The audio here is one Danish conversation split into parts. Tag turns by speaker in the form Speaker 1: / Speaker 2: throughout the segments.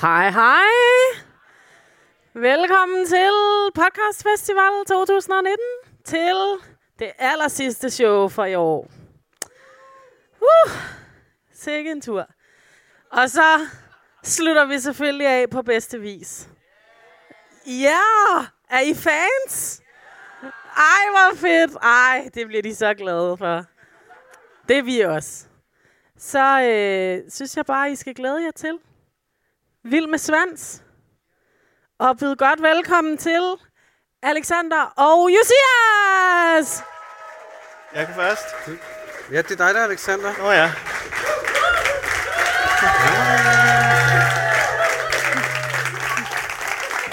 Speaker 1: Hej, hej. Velkommen til Podcast Festival 2019. Til det aller sidste show for i år. Uh, sikke en tur. Og så slutter vi selvfølgelig af på bedste vis. Ja, er I fans? Ej, hvor fedt. Ej, det bliver de så glade for. Det er vi også. Så øh, synes jeg bare, I skal glæde jer til. Vild med svans. Og byd godt velkommen til Alexander og Josias!
Speaker 2: Jeg kan først.
Speaker 3: Ja, det er dig der, er Alexander.
Speaker 2: Nå ja.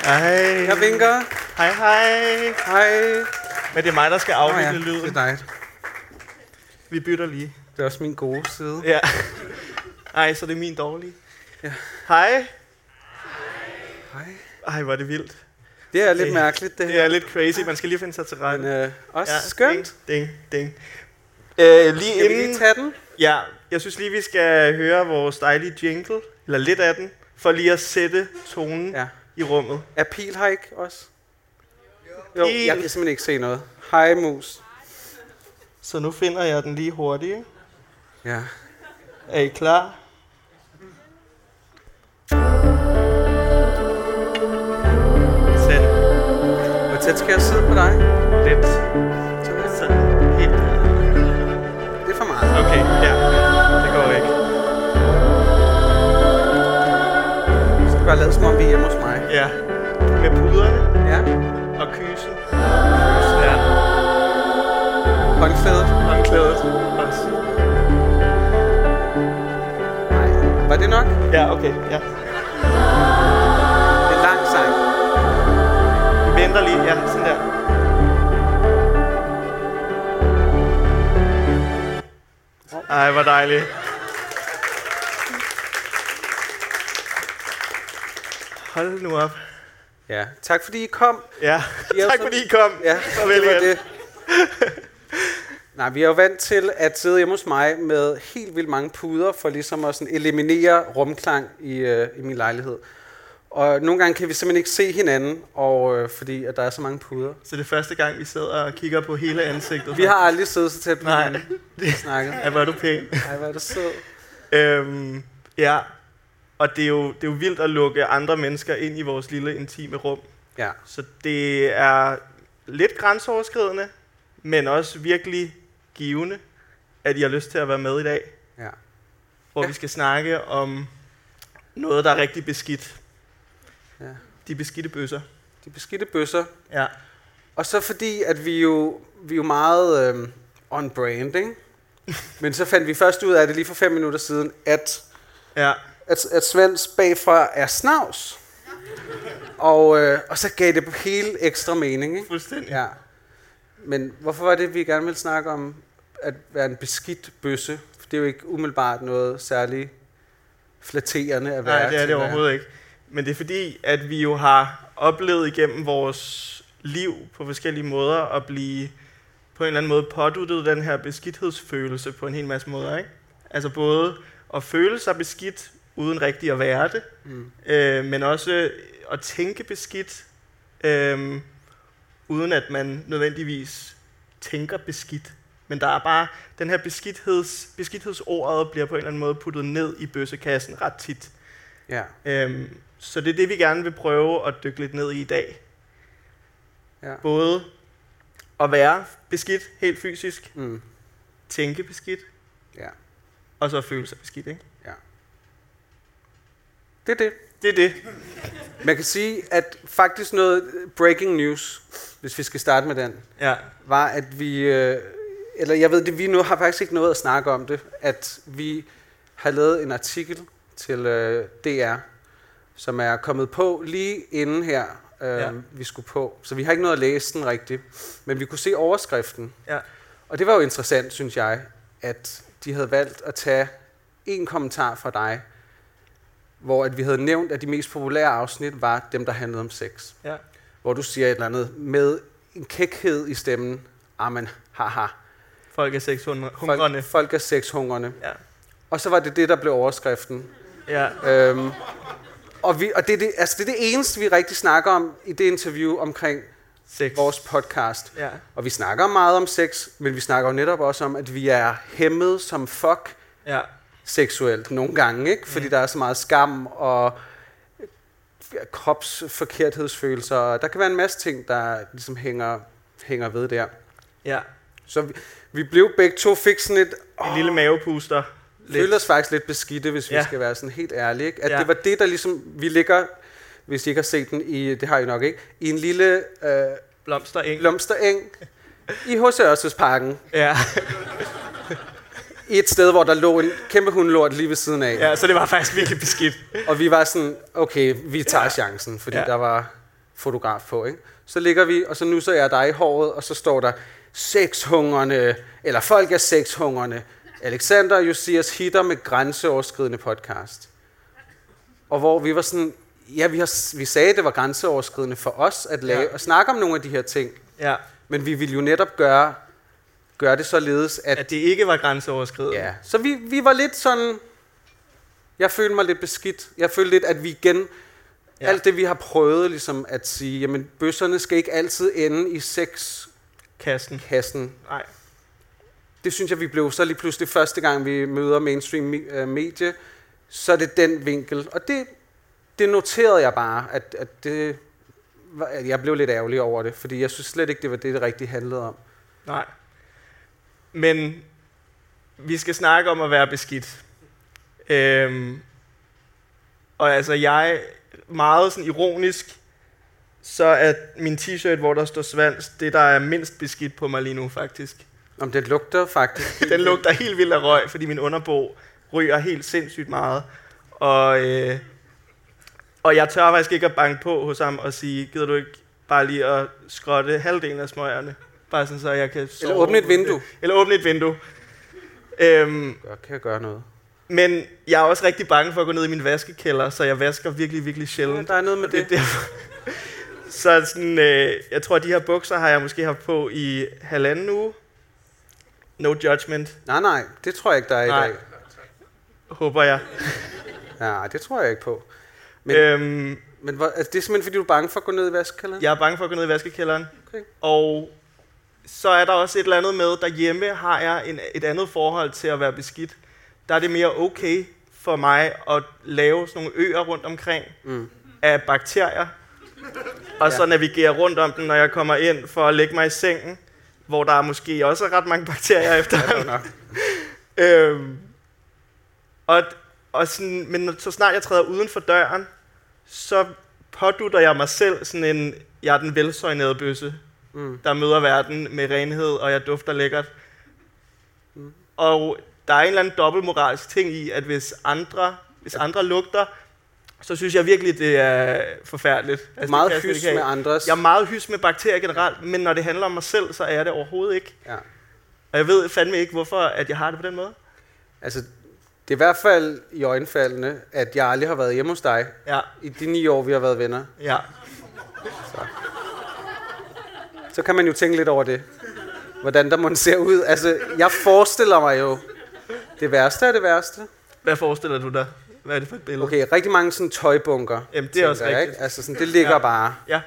Speaker 2: Hej.
Speaker 3: Jeg vinker.
Speaker 2: Hej, hej.
Speaker 3: Hej.
Speaker 2: Men det er mig, der skal
Speaker 3: Nå ja,
Speaker 2: afvikle
Speaker 3: det er
Speaker 2: lyden.
Speaker 3: dig.
Speaker 2: Vi bytter lige.
Speaker 3: Det er også min gode side.
Speaker 2: Ja. Ej, så det er min dårlige. Hej.
Speaker 3: Hej.
Speaker 2: Ej, hvor er det vildt.
Speaker 3: Det er lidt
Speaker 2: Det-
Speaker 3: mærkeligt, det
Speaker 2: Det
Speaker 3: her.
Speaker 2: er lidt crazy. Man skal lige finde sig til
Speaker 3: Men
Speaker 2: rette.
Speaker 3: øh, også skønt.
Speaker 2: Ding, ding. Øh, lige
Speaker 3: Skal vi lige
Speaker 2: inden...
Speaker 3: tage den?
Speaker 2: Ja, jeg synes lige, vi skal høre vores dejlige jingle. Eller lidt af den. For lige at sætte tonen
Speaker 3: Ja.
Speaker 2: i rummet.
Speaker 3: Er pil her ikke også? Jo,
Speaker 2: Pil.
Speaker 3: jeg kan simpelthen ikke se noget. Hej, mus.
Speaker 2: Så nu finder jeg den lige hurtigt. ikke?
Speaker 3: Ja.
Speaker 2: Er I klar? Sæt
Speaker 3: Hvor tæt skal jeg sidde på dig?
Speaker 2: lidt
Speaker 3: Tobias?
Speaker 2: sådan helt.
Speaker 3: Det er for meget.
Speaker 2: Okay, ja. Det går ikke.
Speaker 3: Du skal bare lade som om vi er hjemme hos mig.
Speaker 2: Ja. Med puderne
Speaker 3: Ja.
Speaker 2: og kysen. Ja,
Speaker 3: Håndklædet.
Speaker 2: håndklædet også.
Speaker 3: Nej. Var det nok?
Speaker 2: Ja, okay, ja.
Speaker 3: Det er lang sang.
Speaker 2: Vi venter lige. Ja, sådan der. Ej, hvor dejligt. Hold nu op.
Speaker 3: Ja. Tak fordi I kom.
Speaker 2: Ja,
Speaker 3: Ja,
Speaker 2: tak
Speaker 3: så-
Speaker 2: fordi I kom.
Speaker 3: Ja,
Speaker 2: Farvel,
Speaker 3: det var
Speaker 2: ven.
Speaker 3: det. Nej, vi er jo vant til at sidde hjemme hos mig med helt vildt mange puder for ligesom at sådan eliminere rumklang i, øh, i min lejlighed. Og nogle gange kan vi simpelthen ikke se hinanden, og, øh, fordi at der er så mange puder.
Speaker 2: Så det er første gang, vi sidder og kigger på hele ansigtet.
Speaker 3: Vi har aldrig siddet så tæt på
Speaker 2: Nej.
Speaker 3: hinanden og snakket.
Speaker 2: Ja, hvor er du pæn.
Speaker 3: Ej, hvor er det sød.
Speaker 2: øhm, ja. Og det er, jo, det er jo vildt at lukke andre mennesker ind i vores lille intime rum.
Speaker 3: Ja,
Speaker 2: Så det er lidt grænseoverskridende, men også virkelig givende, at I har lyst til at være med i dag,
Speaker 3: ja.
Speaker 2: hvor
Speaker 3: Ja.
Speaker 2: ja. vi skal snakke om noget, der er rigtig beskidt.
Speaker 3: Ja.
Speaker 2: De beskidte bøsser.
Speaker 3: De beskidte bøsser.
Speaker 2: Ja.
Speaker 3: Og så fordi, at vi jo, vi er jo meget øh, on brand, ikke? Men så fandt vi først ud af det lige for fem minutter siden, at
Speaker 2: Ja.
Speaker 3: at, at Svends bagfra er snavs. Og, øh, og så gav det hele ekstra mening, ikke?
Speaker 2: Fuldstændig.
Speaker 3: Ja. Men hvorfor var det, vi gerne ville snakke om at være en beskidt bøsse? For det er jo ikke umiddelbart noget særligt flatterende at være.
Speaker 2: Nej, det er
Speaker 3: til
Speaker 2: det
Speaker 3: at være.
Speaker 2: overhovedet ikke. Men det er fordi, at vi jo har oplevet igennem vores liv på forskellige måder at blive på en eller anden måde påduttet den her beskidthedsfølelse på en hel masse måder. Ikke? Altså både at føle sig beskidt uden rigtig at være det,
Speaker 3: Mm.
Speaker 2: øh, men også at tænke beskidt, øh, uden at man nødvendigvis tænker beskidt. Men der er bare den her beskidtheds, beskidthedsordet bliver på en eller anden måde puttet ned i bøssekassen ret tit.
Speaker 3: Ja.
Speaker 2: Øhm, så det er det, vi gerne vil prøve at dykke lidt ned i i dag.
Speaker 3: Ja.
Speaker 2: Både at være beskidt helt fysisk,
Speaker 3: Mm.
Speaker 2: tænke beskidt,
Speaker 3: ja.
Speaker 2: og så føle sig beskidt. Ikke?
Speaker 3: Ja. Det er det.
Speaker 2: Det er det.
Speaker 3: Man kan sige, at faktisk noget breaking news, hvis vi skal starte med den.
Speaker 2: Ja.
Speaker 3: var, at vi, øh, eller jeg ved det, vi nu har faktisk ikke noget at snakke om det, at vi har lavet en artikel til øh, DR, som er kommet på lige inden her, øh,
Speaker 2: Ja.
Speaker 3: ja. vi skulle på. Så vi har ikke noget at læse den rigtigt, men vi kunne se overskriften.
Speaker 2: ja.
Speaker 3: Og det var jo interessant, synes jeg, at de havde valgt at tage en kommentar fra dig, hvor at vi havde nævnt, at de mest populære afsnit var dem, der handlede om sex
Speaker 2: ja.
Speaker 3: hvor du siger et eller andet med en kækhed i stemmen. Amen, haha.
Speaker 2: Folk er sexhungrende.
Speaker 3: Folk, folk er sexhungrende.
Speaker 2: Ja.
Speaker 3: Og så var det det, der blev overskriften.
Speaker 2: Ja.
Speaker 3: Øhm, Og, vi, og det, er det, altså det er det eneste, vi rigtig snakker om i det interview omkring
Speaker 2: Sex.
Speaker 3: vores podcast.
Speaker 2: Ja.
Speaker 3: Og vi snakker meget om sex, men vi snakker jo netop også om, at vi er hæmmet som fuck
Speaker 2: Ja.
Speaker 3: seksuelt nogle gange, ikke? Fordi mm. der er så meget skam og øh, kropsforkerthedsfølelser. og Der kan være en masse ting, der ligesom hænger, hænger ved der.
Speaker 2: Ja.
Speaker 3: Så vi, vi blev begge to fik sådan et...
Speaker 2: En lille mavepuster.
Speaker 3: lidt. følte os faktisk lidt beskidte, hvis ja.
Speaker 2: Ja.
Speaker 3: vi skal være sådan helt ærlige. Ikke? At ja.
Speaker 2: Ja.
Speaker 3: det var det, der ligesom, vi ligger, hvis I ikke har set den, i, det har I nok ikke, i en lille øh,
Speaker 2: Blomster, ikke?
Speaker 3: blomstereng i H.C. Ørstedsparken.
Speaker 2: Ja.
Speaker 3: I et sted, hvor der lå en kæmpe hundelort lige ved siden af. Ja.
Speaker 2: ja, så det var faktisk virkelig beskidt.
Speaker 3: Og vi var sådan, okay, vi tager ja. chancen, fordi ja.
Speaker 2: Ja.
Speaker 3: der var fotograf på. Ikke? Så ligger vi, og så nusser jeg dig i håret, og så står der, sexhungerne, eller folk er sexhungerne. Alexander og Josias hitter med grænseoverskridende podcast. Og hvor vi var sådan, ja, vi, har, vi sagde, at det var grænseoverskridende for os at lave ja.
Speaker 2: Ja.
Speaker 3: og snakke om nogle af de her ting.
Speaker 2: Ja.
Speaker 3: Men vi ville jo netop gøre, gøre det således, at,
Speaker 2: At det ikke var grænseoverskridende.
Speaker 3: ja. Så vi, vi var lidt sådan, jeg følte mig lidt beskidt. Jeg følte lidt, at vi igen, ja.
Speaker 2: Ja.
Speaker 3: alt det vi har prøvet ligesom at sige, jamen bøsserne skal ikke altid ende i sexkassen.
Speaker 2: Kassen. Nej.
Speaker 3: Det synes jeg, vi blev så lige pludselig første gang, vi møder mainstream mi- øh, medie, så er det den vinkel. Og det, det noterede jeg bare, at, at det var, at jeg blev lidt ærgerlig over det, fordi jeg synes slet ikke, det var det, det rigtigt handlede om.
Speaker 2: Nej. Men vi skal snakke om at være beskidt. Øhm, og altså jeg, meget sådan ironisk, så er min t-shirt, hvor der står svans, det der er mindst beskidt på mig lige nu faktisk.
Speaker 3: Om det lugter faktisk.
Speaker 2: Den lugter helt vildt af røg, fordi min underbo ryger helt sindssygt meget. Og, øh, og jeg tør faktisk ikke at banke på hos ham og sige, gider du ikke bare lige at skrotte halvdelen af smøgerne? Bare sådan, så jeg kan sove.
Speaker 3: Eller åbne et vindue.
Speaker 2: Eller åbne et vindue. Øhm,
Speaker 3: Godt, kan jeg gøre noget.
Speaker 2: men jeg er også rigtig bange for at gå ned i min vaskekælder, så jeg vasker virkelig, virkelig
Speaker 3: Ja,
Speaker 2: sjældent.
Speaker 3: der er noget med
Speaker 2: Det er
Speaker 3: det.
Speaker 2: derfor. Så sådan, øh, jeg tror, at de her bukser har jeg måske haft på i halvanden uge. No judgment,
Speaker 3: Nej, nej, det tror jeg ikke, der er i
Speaker 2: Nej.
Speaker 3: dag.
Speaker 2: håber jeg.
Speaker 3: Ja, det tror jeg ikke på. Men-
Speaker 2: Men, øhm,
Speaker 3: Men hvor, altså, det er simpelthen, fordi du er bange for at gå ned i vaskekælderen?
Speaker 2: jeg er bange for at gå ned i vaskekælderen.
Speaker 3: Okay.
Speaker 2: Og så er der også et eller andet med, derhjemme har jeg en, et andet forhold til at være beskidt. Der er det mere okay for mig at lave sådan nogle øer rundt omkring
Speaker 3: Mm.
Speaker 2: af bakterier. Og så navigere rundt om den, når jeg kommer ind for at lægge mig i sengen, hvor der er måske også ret mange bakterier efter.
Speaker 3: Godt nok.
Speaker 2: Øhm, og, og sådan, men når- så snart jeg træder uden for døren, så pådutter jeg mig selv sådan en, jeg er den velsøjnede bøsse,
Speaker 3: Mm.
Speaker 2: der møder verden med renhed, og jeg dufter lækkert.
Speaker 3: Mm.
Speaker 2: Og der er en eller anden dobbeltmoralsk ting i, at hvis andre, hvis andre lugter, så synes jeg virkelig, det er forfærdeligt. Altså, det kan
Speaker 3: Meget
Speaker 2: jeg slet
Speaker 3: hys
Speaker 2: ikke have.
Speaker 3: med andres.
Speaker 2: Jeg er meget hys med bakterier generelt, men når det handler om mig selv, så er jeg det overhovedet ikke.
Speaker 3: Ja.
Speaker 2: Og jeg ved fandme ikke, hvorfor at jeg har det på den måde.
Speaker 3: Altså, det er i hvert fald i øjenfaldene, at jeg aldrig har været hjemme hos dig
Speaker 2: Ja,
Speaker 3: i de ni år, vi har været venner.
Speaker 2: ja.
Speaker 3: Så kan man jo tænke lidt over det. Hvordan der må ser ud. Altså, jeg forestiller mig jo, det værste er det værste.
Speaker 2: Hvad forestiller du dig? Hvad er det for et billede?
Speaker 3: Okay, rigtig mange sådan tøjbunker.
Speaker 2: Jamen, det er
Speaker 3: tænker
Speaker 2: også
Speaker 3: jeg,
Speaker 2: rigtigt.
Speaker 3: ikke? Altså, sådan, det ligger ja.
Speaker 2: Ja.
Speaker 3: bare.
Speaker 2: Ja,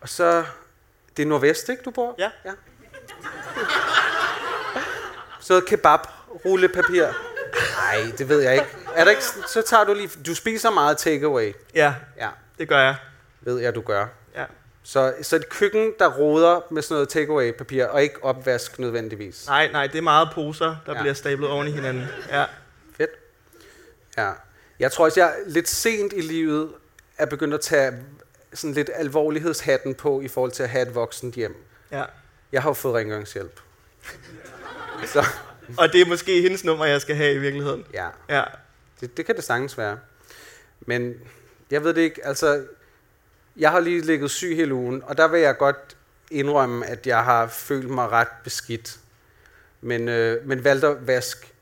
Speaker 3: Og så, det er nordvest, ikke, du bor?
Speaker 2: Ja.
Speaker 3: ja. Så noget kebab, rullepapir. Nej, det ved jeg ikke. Er der ikke. sådan- Så tager du lige... Du spiser meget takeaway.
Speaker 2: ja,
Speaker 3: Ja,
Speaker 2: det gør jeg.
Speaker 3: ved jeg, du gør.
Speaker 2: Ja.
Speaker 3: Så, så et køkken, der roder med sådan noget takeaway-papir, og ikke opvask nødvendigvis.
Speaker 2: Nej, nej, det er meget poser, der
Speaker 3: Ja.
Speaker 2: ja. bliver stablet oven i hinanden. Ja,
Speaker 3: Fedt. Ja. Jeg tror også, jeg lidt sent i livet er begyndt at tage sådan lidt alvorlighedshatten på i forhold til at have et voksent hjem.
Speaker 2: ja.
Speaker 3: Jeg har jo fået rengøringshjælp. Så,
Speaker 2: Og det er måske hendes nummer, jeg skal have i virkeligheden.
Speaker 3: ja,
Speaker 2: Ja,
Speaker 3: det, det kan det sagtens være. Men jeg ved det ikke, altså, jeg har lige ligget syg hele ugen, og der vil jeg godt indrømme, at jeg har følt mig ret beskidt. Men, øh, men valgte at vaske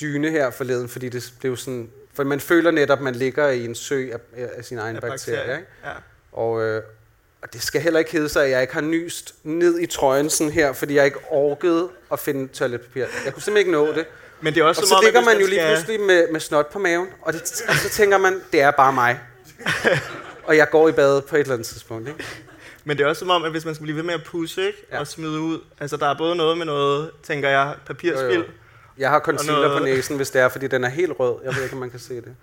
Speaker 3: dyne her forleden, fordi det blev sådan... For man føler netop, at man ligger i en sø af, af sine egne
Speaker 2: af
Speaker 3: bakterier. bakterier. Ikke?
Speaker 2: Ja.
Speaker 3: Og, øh, og det skal heller ikke hedde sig, at jeg ikke har nyst ned i trøjen sådan her, fordi jeg ikke orkede at finde toiletpapir. Jeg kunne simpelthen ikke nå det.
Speaker 2: Men det er også
Speaker 3: Og
Speaker 2: som
Speaker 3: så
Speaker 2: om, at
Speaker 3: ligger
Speaker 2: hvis
Speaker 3: man jo lige
Speaker 2: skal-
Speaker 3: pludselig med, med snot på maven, og, det, og så tænker man, det er bare mig. og jeg går i bad på et eller andet tidspunkt. Ikke?
Speaker 2: Men det er også som om, at hvis man skal blive ved med at pusse, ikke?
Speaker 3: Ja.
Speaker 2: Ja. Og smide ud. Altså, der er både noget med noget, tænker jeg, papirspil.
Speaker 3: Jo, jo. Jeg har concealer
Speaker 2: noget-
Speaker 3: på næsen, hvis det er, fordi den er helt rød. Jeg ved ikke, om man kan se det.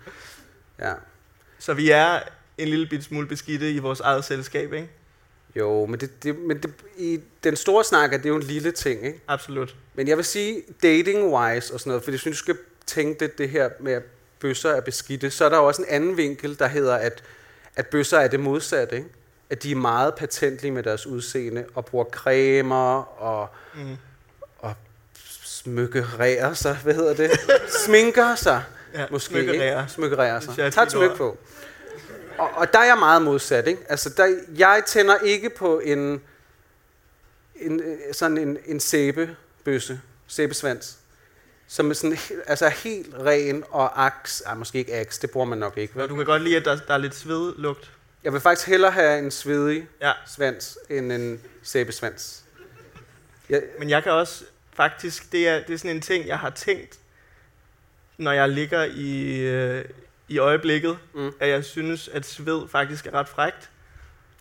Speaker 3: Ja.
Speaker 2: Så vi er en lille bit smule beskidte i vores eget selskab, ikke?
Speaker 3: Jo, men, det, det, men det, i den store snak er det jo en lille ting, ikke?
Speaker 2: Absolut.
Speaker 3: Men jeg vil sige dating-wise og sådan noget, for jeg synes, du skal tænke lidt det her med, at bøsser er beskidte. Så er der jo også en anden vinkel, der hedder, at, at bøsser er det modsatte, ikke? At de er meget patentlige med deres udseende og bruger cremer og,
Speaker 2: Mm.
Speaker 3: og smykkerer sig. Hvad hedder det? Sminker sig.
Speaker 2: Ja,
Speaker 3: Måske,
Speaker 2: smykkerærer.
Speaker 3: Ikke? Smykkerærer
Speaker 2: Hvis jeg er
Speaker 3: sig. Tag
Speaker 2: fint
Speaker 3: et smykke
Speaker 2: ord.
Speaker 3: på. Og, og der er jeg meget modsat, ikke? Altså, der, jeg tænder ikke på en, en øh, sådan en, en sæbebøsse, sæbesvans, som er sådan, he- altså er helt ren og aks, ah, måske ikke aks, det bruger man nok ikke,
Speaker 2: Og
Speaker 3: vel?
Speaker 2: du kan godt lide, at der, der er lidt svedlugt.
Speaker 3: Jeg vil faktisk hellere have en svedig
Speaker 2: Ja.
Speaker 3: svans, end en sæbesvans. Jeg,
Speaker 2: Men jeg kan også faktisk, det er, det er sådan en ting, jeg har tænkt, når jeg ligger i, øh, i øjeblikket,
Speaker 3: Mm.
Speaker 2: mm. at jeg synes, at sved faktisk er ret frægt.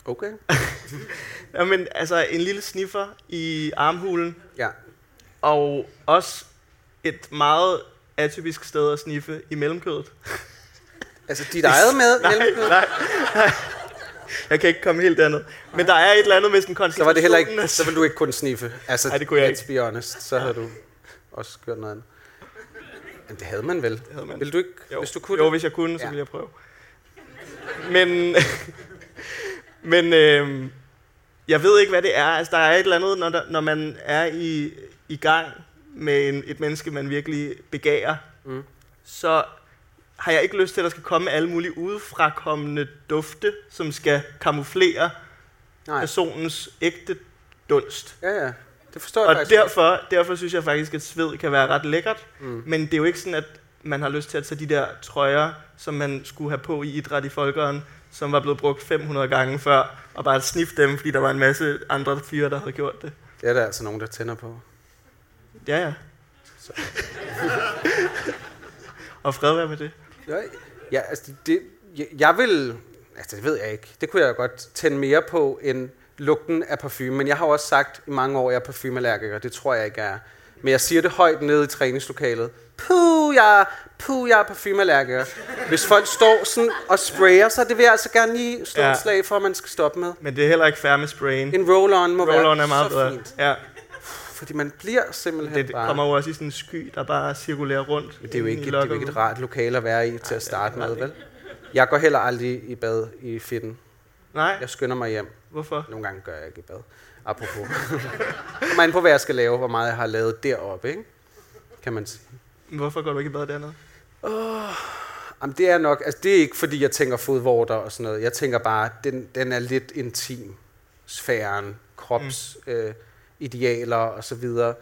Speaker 3: okay.
Speaker 2: Jamen, altså en lille sniffer i armhulen,
Speaker 3: Ja.
Speaker 2: og også et meget atypisk sted at sniffe i mellemkødet.
Speaker 3: Altså, dit eget med,
Speaker 2: Nej,
Speaker 3: mellemkød?
Speaker 2: nej, nej. Jeg kan ikke komme helt derned. Men der er et eller andet med sådan
Speaker 3: Så
Speaker 2: konstitutionen.
Speaker 3: var det heller ikke,
Speaker 2: af
Speaker 3: så ville du ikke kunne sniffe. Altså,
Speaker 2: Ej, det kunne jeg
Speaker 3: let's be honest, så havde du også gjort noget andet. Men det havde man vel.
Speaker 2: sved, havde man.
Speaker 3: Vil du ikke,
Speaker 2: Jo.
Speaker 3: hvis du kunne
Speaker 2: jo,
Speaker 3: det?
Speaker 2: hvis jeg kunne, så
Speaker 3: Ja.
Speaker 2: ville jeg prøve. Men, men øh, jeg ved ikke, hvad det er. Altså, der er et eller andet, når, der, når man er i, i gang med en, et menneske, man virkelig begærer,
Speaker 3: Mm.
Speaker 2: mm. så har jeg ikke lyst til, at der skal komme alle mulige udefrakommende dufte, som skal kamuflere
Speaker 3: Nej.
Speaker 2: personens ægte dunst.
Speaker 3: Ja, ja. Det forstår jeg
Speaker 2: Og
Speaker 3: faktisk. godt.
Speaker 2: derfor, derfor synes jeg faktisk, at sved kan være ret lækkert.
Speaker 3: Mm.
Speaker 2: Men det er jo ikke sådan, at man har lyst til at tage de der trøjer, som man skulle have på i idræt i folkeren, som var blevet brugt 500 gange før, og bare sniffe dem, fordi der var en masse andre fyre, der havde gjort det.
Speaker 3: Det er der altså nogen, der tænder på.
Speaker 2: Ja, ja. og fred være med det.
Speaker 3: Ja, ja altså, det, jeg, jeg vil... Altså, det ved jeg ikke. Det kunne jeg godt tænde mere på end lugten af parfume. Men jeg har jo også sagt i mange år, at jeg er parfumeallergiker. Det tror jeg ikke jeg er. Men jeg siger det højt nede i træningslokalet. Puh, jeg, puh, jeg er parfumeallergiker. Hvis folk står sådan og sprayer sig, det vil jeg altså gerne lige slå ja.
Speaker 2: Ja.
Speaker 3: et slag for, at man skal stoppe med.
Speaker 2: Men det er heller ikke fair med sprayen.
Speaker 3: En roll-on må
Speaker 2: Roll-on
Speaker 3: være
Speaker 2: er meget
Speaker 3: så
Speaker 2: bedre.
Speaker 3: fint.
Speaker 2: Ja,
Speaker 3: Fordi man bliver simpelthen
Speaker 2: det, det
Speaker 3: bare...
Speaker 2: kommer jo også i sådan en sky, der bare cirkulerer rundt.
Speaker 3: Men det er jo ikke,
Speaker 2: i
Speaker 3: det er jo ikke
Speaker 2: lokkeren.
Speaker 3: et rart lokale at være i til at
Speaker 2: det er
Speaker 3: starte
Speaker 2: det
Speaker 3: med,
Speaker 2: ikke.
Speaker 3: vel? Jeg går heller aldrig i bad i fitten.
Speaker 2: Nej,
Speaker 3: Jeg skynder mig hjem.
Speaker 2: hvorfor?
Speaker 3: Nogle gange gør jeg ikke i bad. Apropos. Kommer an på, hvad jeg skal lave, hvor meget jeg har lavet deroppe, ikke? Kan man sige.
Speaker 2: Hvorfor går du ikke i bad dernede?
Speaker 3: Jamen, det er nok, altså det er ikke fordi, jeg tænker fodvorter og sådan noget. Jeg tænker bare, den, den er lidt intim. Sfæren, krops, mm. øh, idealer og så videre.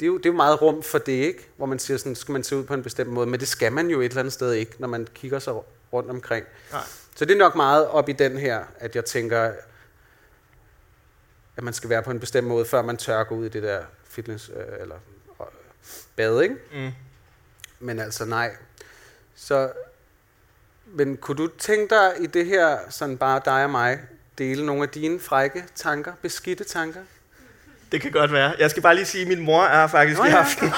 Speaker 3: Det er, jo, det er jo meget rum for det, ikke? Hvor man siger sådan, skal man se ud på en bestemt måde? Men det skal man jo et eller andet sted ikke, når man kigger sig rundt omkring.
Speaker 2: Nej.
Speaker 3: Så det er nok meget op i den her, at jeg tænker, at man skal være på en bestemt måde, før man tør gå ud i det der fitness øh, eller øh, bad, ikke?
Speaker 2: Mm.
Speaker 3: Men altså nej. Så, men kunne du tænke dig i det her, sådan bare dig og mig, dele nogle af dine frække tanker, beskidte tanker?
Speaker 2: Det kan godt være. Jeg skal bare lige sige, at min mor er faktisk
Speaker 3: Nå
Speaker 2: i
Speaker 3: ja.
Speaker 2: aften.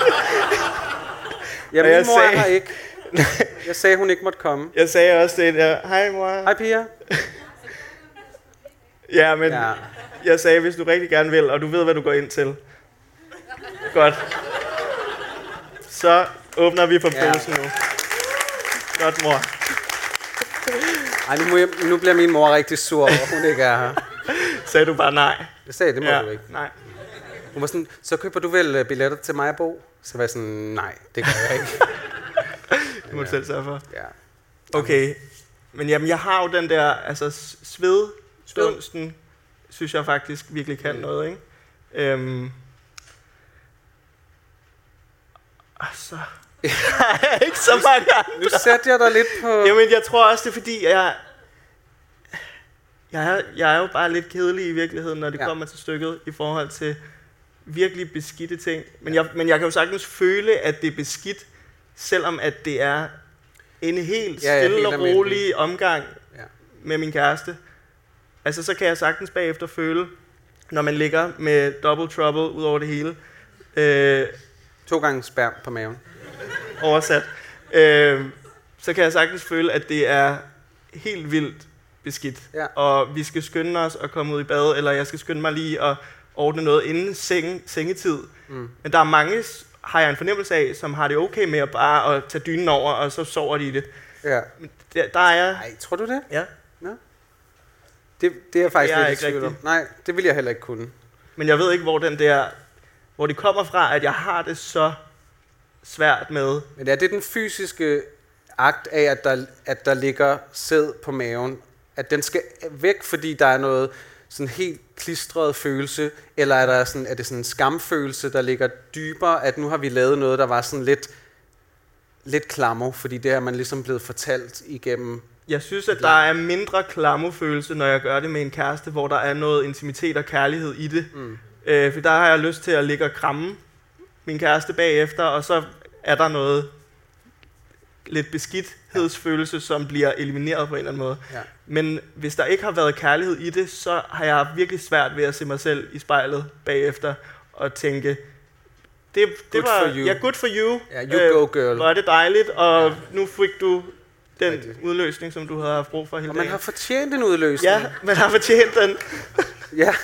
Speaker 3: Ja,
Speaker 2: Og
Speaker 3: min
Speaker 2: jeg
Speaker 3: mor
Speaker 2: sagde-
Speaker 3: er her ikke. Jeg sagde, hun ikke måtte komme.
Speaker 2: Jeg sagde også det der, hej mor.
Speaker 3: Hej Pia.
Speaker 2: Ja, men
Speaker 3: Ja.
Speaker 2: ja. jeg sagde, hvis du rigtig gerne vil, og du ved, hvad du går ind til. Godt. Så åbner vi for
Speaker 3: Ja.
Speaker 2: pølsen nu. Godt, mor.
Speaker 3: Ej, nu, må jeg, nu bliver min mor rigtig sur over, hun ikke er her.
Speaker 2: Sagde du bare nej?
Speaker 3: Jeg sagde, det må ja. du ikke.
Speaker 2: Nej.
Speaker 3: Hun var sådan, så køber du vel øh, billetter til mig, Bo? Så var jeg sådan, nej, det gør jeg ikke.
Speaker 2: Det må du selv sørge for.
Speaker 3: Ja.
Speaker 2: Okay. Men jamen, jeg har jo den der, altså s- sved, dunsten, synes jeg faktisk virkelig kan
Speaker 3: Mm.
Speaker 2: noget, ikke? Øhm. Og så... ikke så mange
Speaker 3: Nu satte jeg dig lidt på...
Speaker 2: Jamen, jeg tror også, det er fordi, jeg... Jeg er, jeg er jo bare lidt kedelig i virkeligheden, når det
Speaker 3: Ja.
Speaker 2: ja. kommer til stykket, i forhold til virkelig beskidte ting. Men, jeg, men jeg kan jo sagtens føle, at det er beskidt, selvom at det er en helt
Speaker 3: Ja, ja,
Speaker 2: stille
Speaker 3: helt
Speaker 2: ja, og
Speaker 3: almindelig.
Speaker 2: rolig omgang
Speaker 3: Ja.
Speaker 2: med min kæreste, altså så kan jeg sagtens bagefter føle, når man ligger med double trouble ud over det hele, øh,
Speaker 3: To gange sperm på maven.
Speaker 2: oversat, øh, så kan jeg sagtens føle, at det er helt vildt beskidt.
Speaker 3: Ja.
Speaker 2: Og vi skal skynde os at komme ud i bad, eller jeg skal skynde mig lige at ordne noget inden seng, sengetid.
Speaker 3: Mm.
Speaker 2: Men der er mange, har jeg en fornemmelse af, som har det okay med at bare at tage dynen over, og så sover de i det.
Speaker 3: Ja.
Speaker 2: Men der, der er jeg...
Speaker 3: Ej, tror du det?
Speaker 2: Ja.
Speaker 3: Det, det er jeg faktisk
Speaker 2: Det er
Speaker 3: lidt i
Speaker 2: ikke
Speaker 3: tvivl om.
Speaker 2: rigtigt.
Speaker 3: Nej, det vil jeg heller ikke kunne.
Speaker 2: Men jeg ved ikke, hvor den der... Hvor det kommer fra, at jeg har det så svært med...
Speaker 3: Men er det den fysiske akt af, at der, at der ligger sæd på maven, at den skal væk, fordi der er noget sådan helt klistret følelse, eller er, der sådan, er det sådan en skamfølelse, der ligger dybere, at nu har vi lavet noget, der var sådan lidt, lidt klammer, fordi det er man ligesom blevet fortalt igennem.
Speaker 2: Jeg synes, at der er mindre klamofølelse, når jeg gør det med en kæreste, hvor der er noget intimitet og kærlighed i det.
Speaker 3: Mm.
Speaker 2: Øh, for der har jeg lyst til at ligge og kramme min kæreste bagefter, og så er der noget lidt beskidthedsfølelse, som bliver elimineret på en eller anden måde.
Speaker 3: Ja.
Speaker 2: Men hvis der ikke har været kærlighed i det, så har jeg haft virkelig svært ved at se mig selv i spejlet bagefter og tænke, det, det
Speaker 3: Good
Speaker 2: var
Speaker 3: for you.
Speaker 2: Ja, good for you. Øh,
Speaker 3: Ja, you go girl.
Speaker 2: Hvor er det dejligt, og nu fik du den
Speaker 3: Rigtigt.
Speaker 2: udløsning, som du havde haft brug for hele
Speaker 3: Og man
Speaker 2: dagen.
Speaker 3: har fortjent en udløsning.
Speaker 2: Ja, man har fortjent den.
Speaker 3: Ja.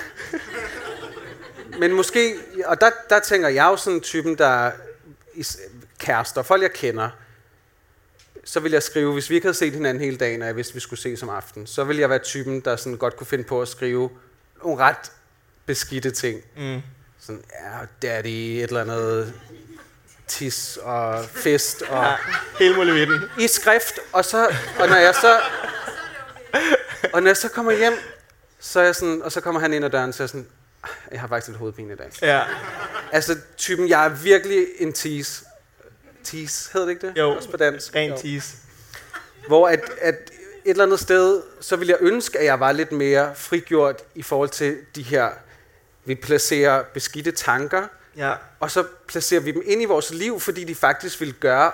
Speaker 3: Men måske, og der, der tænker jeg jo sådan typen, der is- kærester, folk jeg kender, så vil jeg skrive, hvis vi ikke havde set hinanden hele dagen, og hvis vi skulle ses om aftenen, så vil jeg være typen, der sådan godt kunne finde på at skrive nogle ret beskidte ting.
Speaker 2: Mm.
Speaker 3: Sådan, ja, daddy, et eller andet tis og fest og...
Speaker 2: Ja, hele muligheden.
Speaker 3: i skrift, og, så, og når jeg så... Og når jeg så kommer hjem, så er jeg sådan, og så kommer han ind ad døren, så er jeg sådan, "Ah, jeg har faktisk lidt hovedpine i dag.
Speaker 2: Ja,
Speaker 3: Altså, typen, jeg er virkelig en tease. Tease, hedder det ikke det?
Speaker 2: Jo,
Speaker 3: Også på dansk. Jo.
Speaker 2: rent tease.
Speaker 3: Hvor at, at et eller andet sted, så ville jeg ønske, at jeg var lidt mere frigjort i forhold til de her, vi placerer beskidte tanker,
Speaker 2: Ja,
Speaker 3: og så placerer vi dem ind i vores liv, fordi de faktisk vil gøre,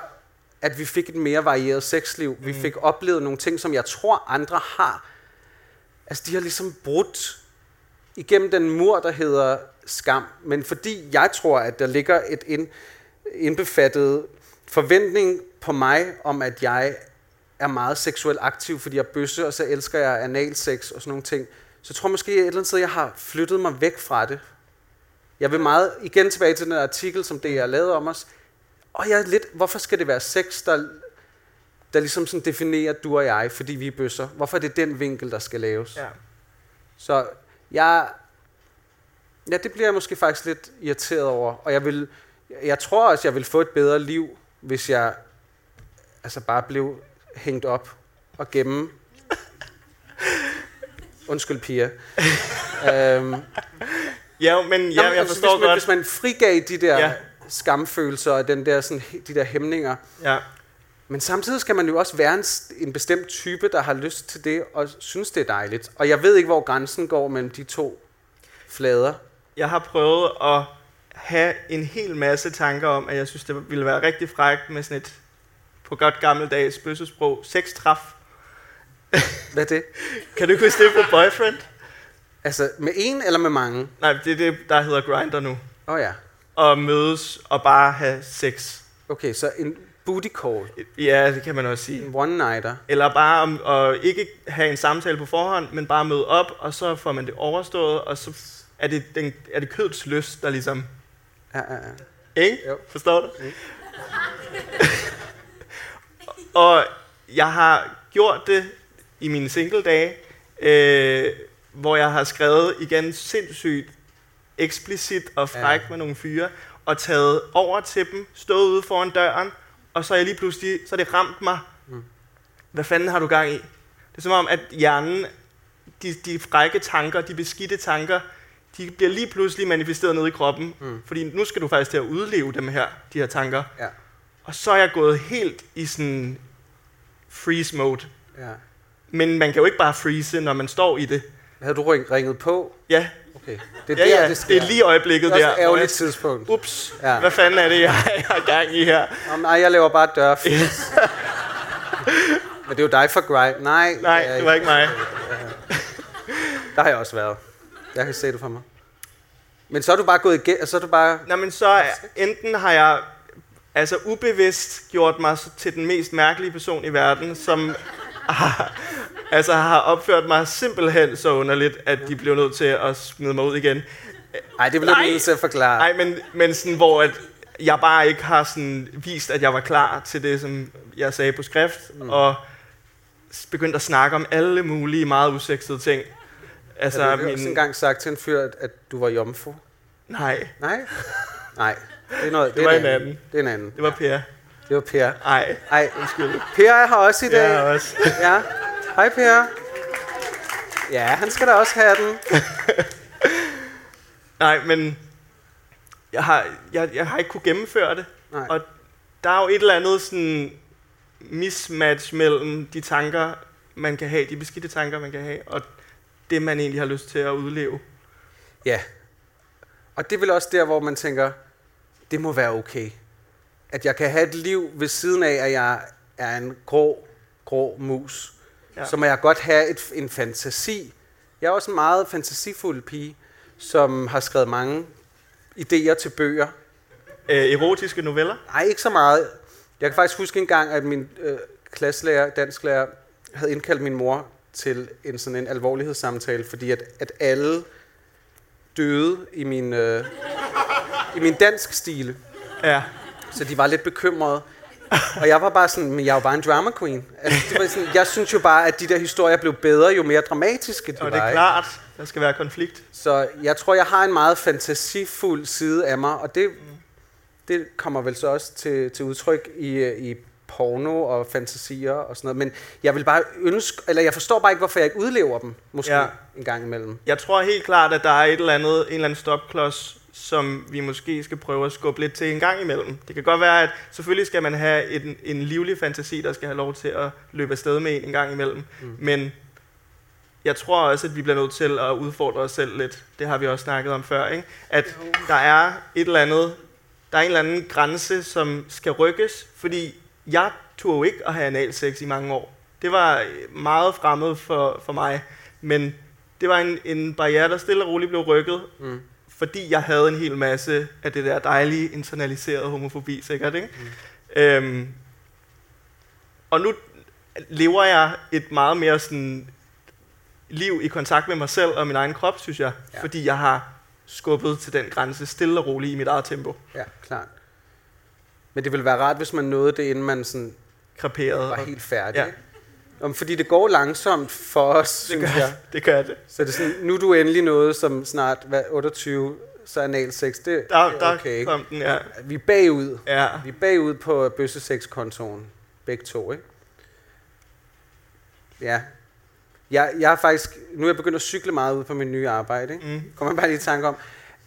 Speaker 3: at vi fik et mere varieret sexliv. Vi fik oplevet nogle ting, som jeg tror, andre har. Altså, de har ligesom brudt igennem den mur, der hedder skam. Men fordi jeg tror, at der ligger et ind, indbefattet forventning på mig, om at jeg er meget seksuelt aktiv, fordi jeg er bøsse, og så elsker jeg analsex og sådan nogle ting. Så jeg tror måske, at et eller andet sted, jeg har flyttet mig væk fra det. Jeg vil meget, igen tilbage til den artikel, som det er lavet om os. Og jeg er lidt, hvorfor skal det være sex, der, der ligesom sådan definerer du og jeg, fordi vi er bøsser? Hvorfor er det den vinkel, der skal laves?
Speaker 2: ja.
Speaker 3: Så jeg... Ja, det bliver jeg måske faktisk lidt irriteret over. Og jeg, vil, jeg tror også, jeg vil få et bedre liv, hvis jeg altså bare blev hængt op og gemme. Undskyld, piger. øhm,
Speaker 2: Ja, men ja, jeg
Speaker 3: altså,
Speaker 2: forstår
Speaker 3: hvis man,
Speaker 2: godt.
Speaker 3: Hvis man frigav de der
Speaker 2: Ja.
Speaker 3: ja. skamfølelser og den der, sådan, he- de der hæmninger.
Speaker 2: Ja,
Speaker 3: Men samtidig skal man jo også være en, s- en bestemt type, der har lyst til det og synes, det er dejligt. Og jeg ved ikke, hvor grænsen går mellem de to flader.
Speaker 2: jeg har prøvet at have en hel masse tanker om, at jeg synes, det ville være rigtig frækt med sådan et, på godt gammeldags bøssesprog, sextraf.
Speaker 3: Hvad er det?
Speaker 2: Kan du ikke huske det på Boyfriend?
Speaker 3: Altså, med en eller med mange?
Speaker 2: Nej, det er det, der hedder Grinder nu.
Speaker 3: Åh oh, ja.
Speaker 2: Og mødes og bare have sex.
Speaker 3: Okay, så en booty call.
Speaker 2: Ja, det kan man også sige.
Speaker 3: En one-nighter.
Speaker 2: Eller bare om, at ikke have en samtale på forhånd, men bare møde op, og så får man det overstået, og så er det, den, er det kødets lyst, der ligesom...
Speaker 3: Ja, ja, ja.
Speaker 2: Ikke?
Speaker 3: Jo.
Speaker 2: Forstår du?
Speaker 3: Mm.
Speaker 2: og jeg har gjort det i mine single-dage, øh, hvor jeg har skrevet igen sindssygt eksplicit og fræk ja. med nogle fyre, og taget over til dem, stået ude foran døren, og så er jeg lige pludselig, så er det ramt mig.
Speaker 3: Mm.
Speaker 2: Hvad fanden har du gang i? Det er som om, at hjernen, de, de frække tanker, de beskidte tanker, de bliver lige pludselig manifesteret nede i kroppen.
Speaker 3: Mm.
Speaker 2: Fordi nu skal du faktisk til at udleve dem her, de her tanker.
Speaker 3: Ja,
Speaker 2: Og så er jeg gået helt i sådan freeze mode.
Speaker 3: ja.
Speaker 2: Men man kan jo ikke bare freeze, når man står i det.
Speaker 3: Havde du ring- ringet på?
Speaker 2: Ja,
Speaker 3: Okay. Det er
Speaker 2: ja,
Speaker 3: der,
Speaker 2: ja.
Speaker 3: det
Speaker 2: Det,
Speaker 3: sker.
Speaker 2: det er lige øjeblikket
Speaker 3: det er også
Speaker 2: der.
Speaker 3: et
Speaker 2: hvor
Speaker 3: ærgerligt
Speaker 2: jeg-
Speaker 3: tidspunkt.
Speaker 2: Ups, ja.
Speaker 3: Ja.
Speaker 2: hvad fanden er det, jeg har gang i her?
Speaker 3: Om, ej, jeg laver bare dørfis. Men det er jo dig for Grime. Nej,
Speaker 2: Nej,
Speaker 3: jeg,
Speaker 2: det var ikke mig.
Speaker 3: der har jeg også været. Jeg kan se det for mig. Men så er du bare gået igen, og så er du bare...
Speaker 2: Nå, men så er- enten har jeg altså ubevidst gjort mig så- til den mest mærkelige person i verden, som har, altså har opført mig simpelthen så underligt, at de blev nødt til at smide mig ud igen.
Speaker 3: Ej, det bliver
Speaker 2: Nej.
Speaker 3: du nødt til at forklare.
Speaker 2: Nej, men, men sådan, hvor at jeg bare ikke har sådan vist, at jeg var klar til det, som jeg sagde på skrift, mm. og s- begyndt at snakke om alle mulige meget usexede ting. Altså,
Speaker 3: Har du
Speaker 2: min...
Speaker 3: også engang sagt til en fyr, at, at du var jomfru?
Speaker 2: Nej,
Speaker 3: Nej. Nej. Det, er noget, det,
Speaker 2: var
Speaker 3: er
Speaker 2: en anden.
Speaker 3: Det er en anden.
Speaker 2: det var Per.
Speaker 3: Det var Per.
Speaker 2: Nej,
Speaker 3: Ej,
Speaker 2: undskyld.
Speaker 3: Per er her også i dag.
Speaker 2: Jeg er også.
Speaker 3: Ja. Hej Per. Ja, han skal da også have den.
Speaker 2: Nej, men jeg har, jeg, jeg har ikke kunne gennemføre det.
Speaker 3: Nej.
Speaker 2: Og der er jo et eller andet sådan mismatch mellem de tanker, man kan have, de beskidte tanker, man kan have, og det, man egentlig har lyst til at udleve.
Speaker 3: Ja. Og det er vel også der, hvor man tænker, det må være okay. At jeg kan have et liv ved siden af, at jeg er en grå, grå mus. Ja.
Speaker 2: Ja.
Speaker 3: Så må jeg godt have et, en fantasi. Jeg er også en meget fantasifuld pige, som har skrevet mange idéer til bøger.
Speaker 2: Øh, erotiske noveller?
Speaker 3: Nej, ikke så meget. Jeg kan faktisk huske en gang, at min øh, klasselærer, dansklærer, havde indkaldt min mor til en sådan en alvorlighedssamtale, fordi at, at alle døde i min, øh, i min dansk stile.
Speaker 2: Ja.
Speaker 3: Så de var lidt bekymrede. Og jeg var bare sådan, men jeg er jo bare en drama queen. Altså, det var sådan, jeg synes jo bare, at de der historier blev bedre, jo mere dramatiske de
Speaker 2: Og det
Speaker 3: var.
Speaker 2: er
Speaker 3: ikke?
Speaker 2: klart, der skal være konflikt.
Speaker 3: Så jeg tror, jeg har en meget fantasifuld side af mig, og det, det kommer vel så også til, til udtryk i, øh, i porno og fantasier og sådan noget. Men jeg vil bare ønske, eller jeg forstår bare ikke, hvorfor jeg ikke udlever dem, måske ja.
Speaker 2: Ja.
Speaker 3: en gang imellem.
Speaker 2: Jeg tror helt klart, at der er et eller andet, en eller anden stopklods, som vi måske skal prøve at skubbe lidt til en gang imellem. Det kan godt være, at selvfølgelig skal man have en, en livlig fantasi, der skal have lov til at løbe afsted med en en gang imellem. Mm. Men jeg tror også, at vi bliver nødt til at udfordre os selv lidt. Det har vi også snakket om før, ikke? At der er et eller andet, der er en eller anden grænse, som skal rykkes, fordi jeg turde jo ikke at have analsex i mange år. Det var øh, meget fremmed for, for mig, men det var en, en barriere, der stille og roligt blev rykket,
Speaker 3: Mm.
Speaker 2: fordi jeg havde en hel masse af det der dejlige internaliserede homofobi, sikkert, ikke? Mm. Øhm, og nu lever jeg et meget mere sådan liv i kontakt med mig selv og min egen krop, synes jeg,
Speaker 3: Ja.
Speaker 2: ja. fordi jeg har skubbet til den grænse stille og roligt i mit eget tempo,
Speaker 3: Ja, klart. Men det ville være rart, hvis man nåede det, inden man sådan
Speaker 2: kreperet.
Speaker 3: var
Speaker 2: og-
Speaker 3: helt færdig.
Speaker 2: Ja.
Speaker 3: Ja. Om, fordi det går langsomt for os,
Speaker 2: Det
Speaker 3: synes
Speaker 2: gør,
Speaker 3: jeg.
Speaker 2: jeg. det gør det.
Speaker 3: Så det er sådan, nu er du endelig noget, som snart hvad, 28, så er analsex, det, det
Speaker 2: Der,
Speaker 3: er
Speaker 2: der
Speaker 3: okay.
Speaker 2: okay.
Speaker 3: ikke?
Speaker 2: kom den, ja.
Speaker 3: Vi er bagud.
Speaker 2: ja.
Speaker 3: Vi er bagud på bøssesekskontoen. Begge to, ikke? Ja. Jeg, jeg har faktisk... Nu er jeg begyndt at cykle meget ud på min nye arbejde, ikke?
Speaker 2: Mm.
Speaker 3: Kommer jeg bare lige i tanke om,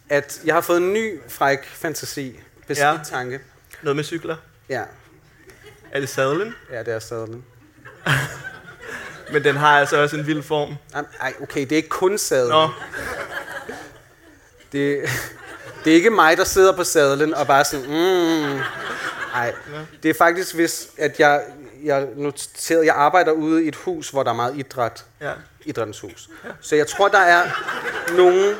Speaker 3: at jeg har fået en ny fræk fantasi. Beskidt ja.
Speaker 2: Ja.
Speaker 3: tanke.
Speaker 2: Noget med cykler.
Speaker 3: Ja.
Speaker 2: Er det sadlen?
Speaker 3: Ja, det er sadlen.
Speaker 2: Men den har altså også en vild form.
Speaker 3: Ej, Ej, okay, det er ikke kun sadlen.
Speaker 2: Nå,
Speaker 3: Det, det er ikke mig, der sidder på sadlen og bare sådan, mm. Nej, det er faktisk hvis, at jeg, jeg noterede, jeg arbejder ude i et hus, hvor der er meget idræt.
Speaker 2: ja.
Speaker 3: Idrættens hus. Så jeg tror, der er nogen...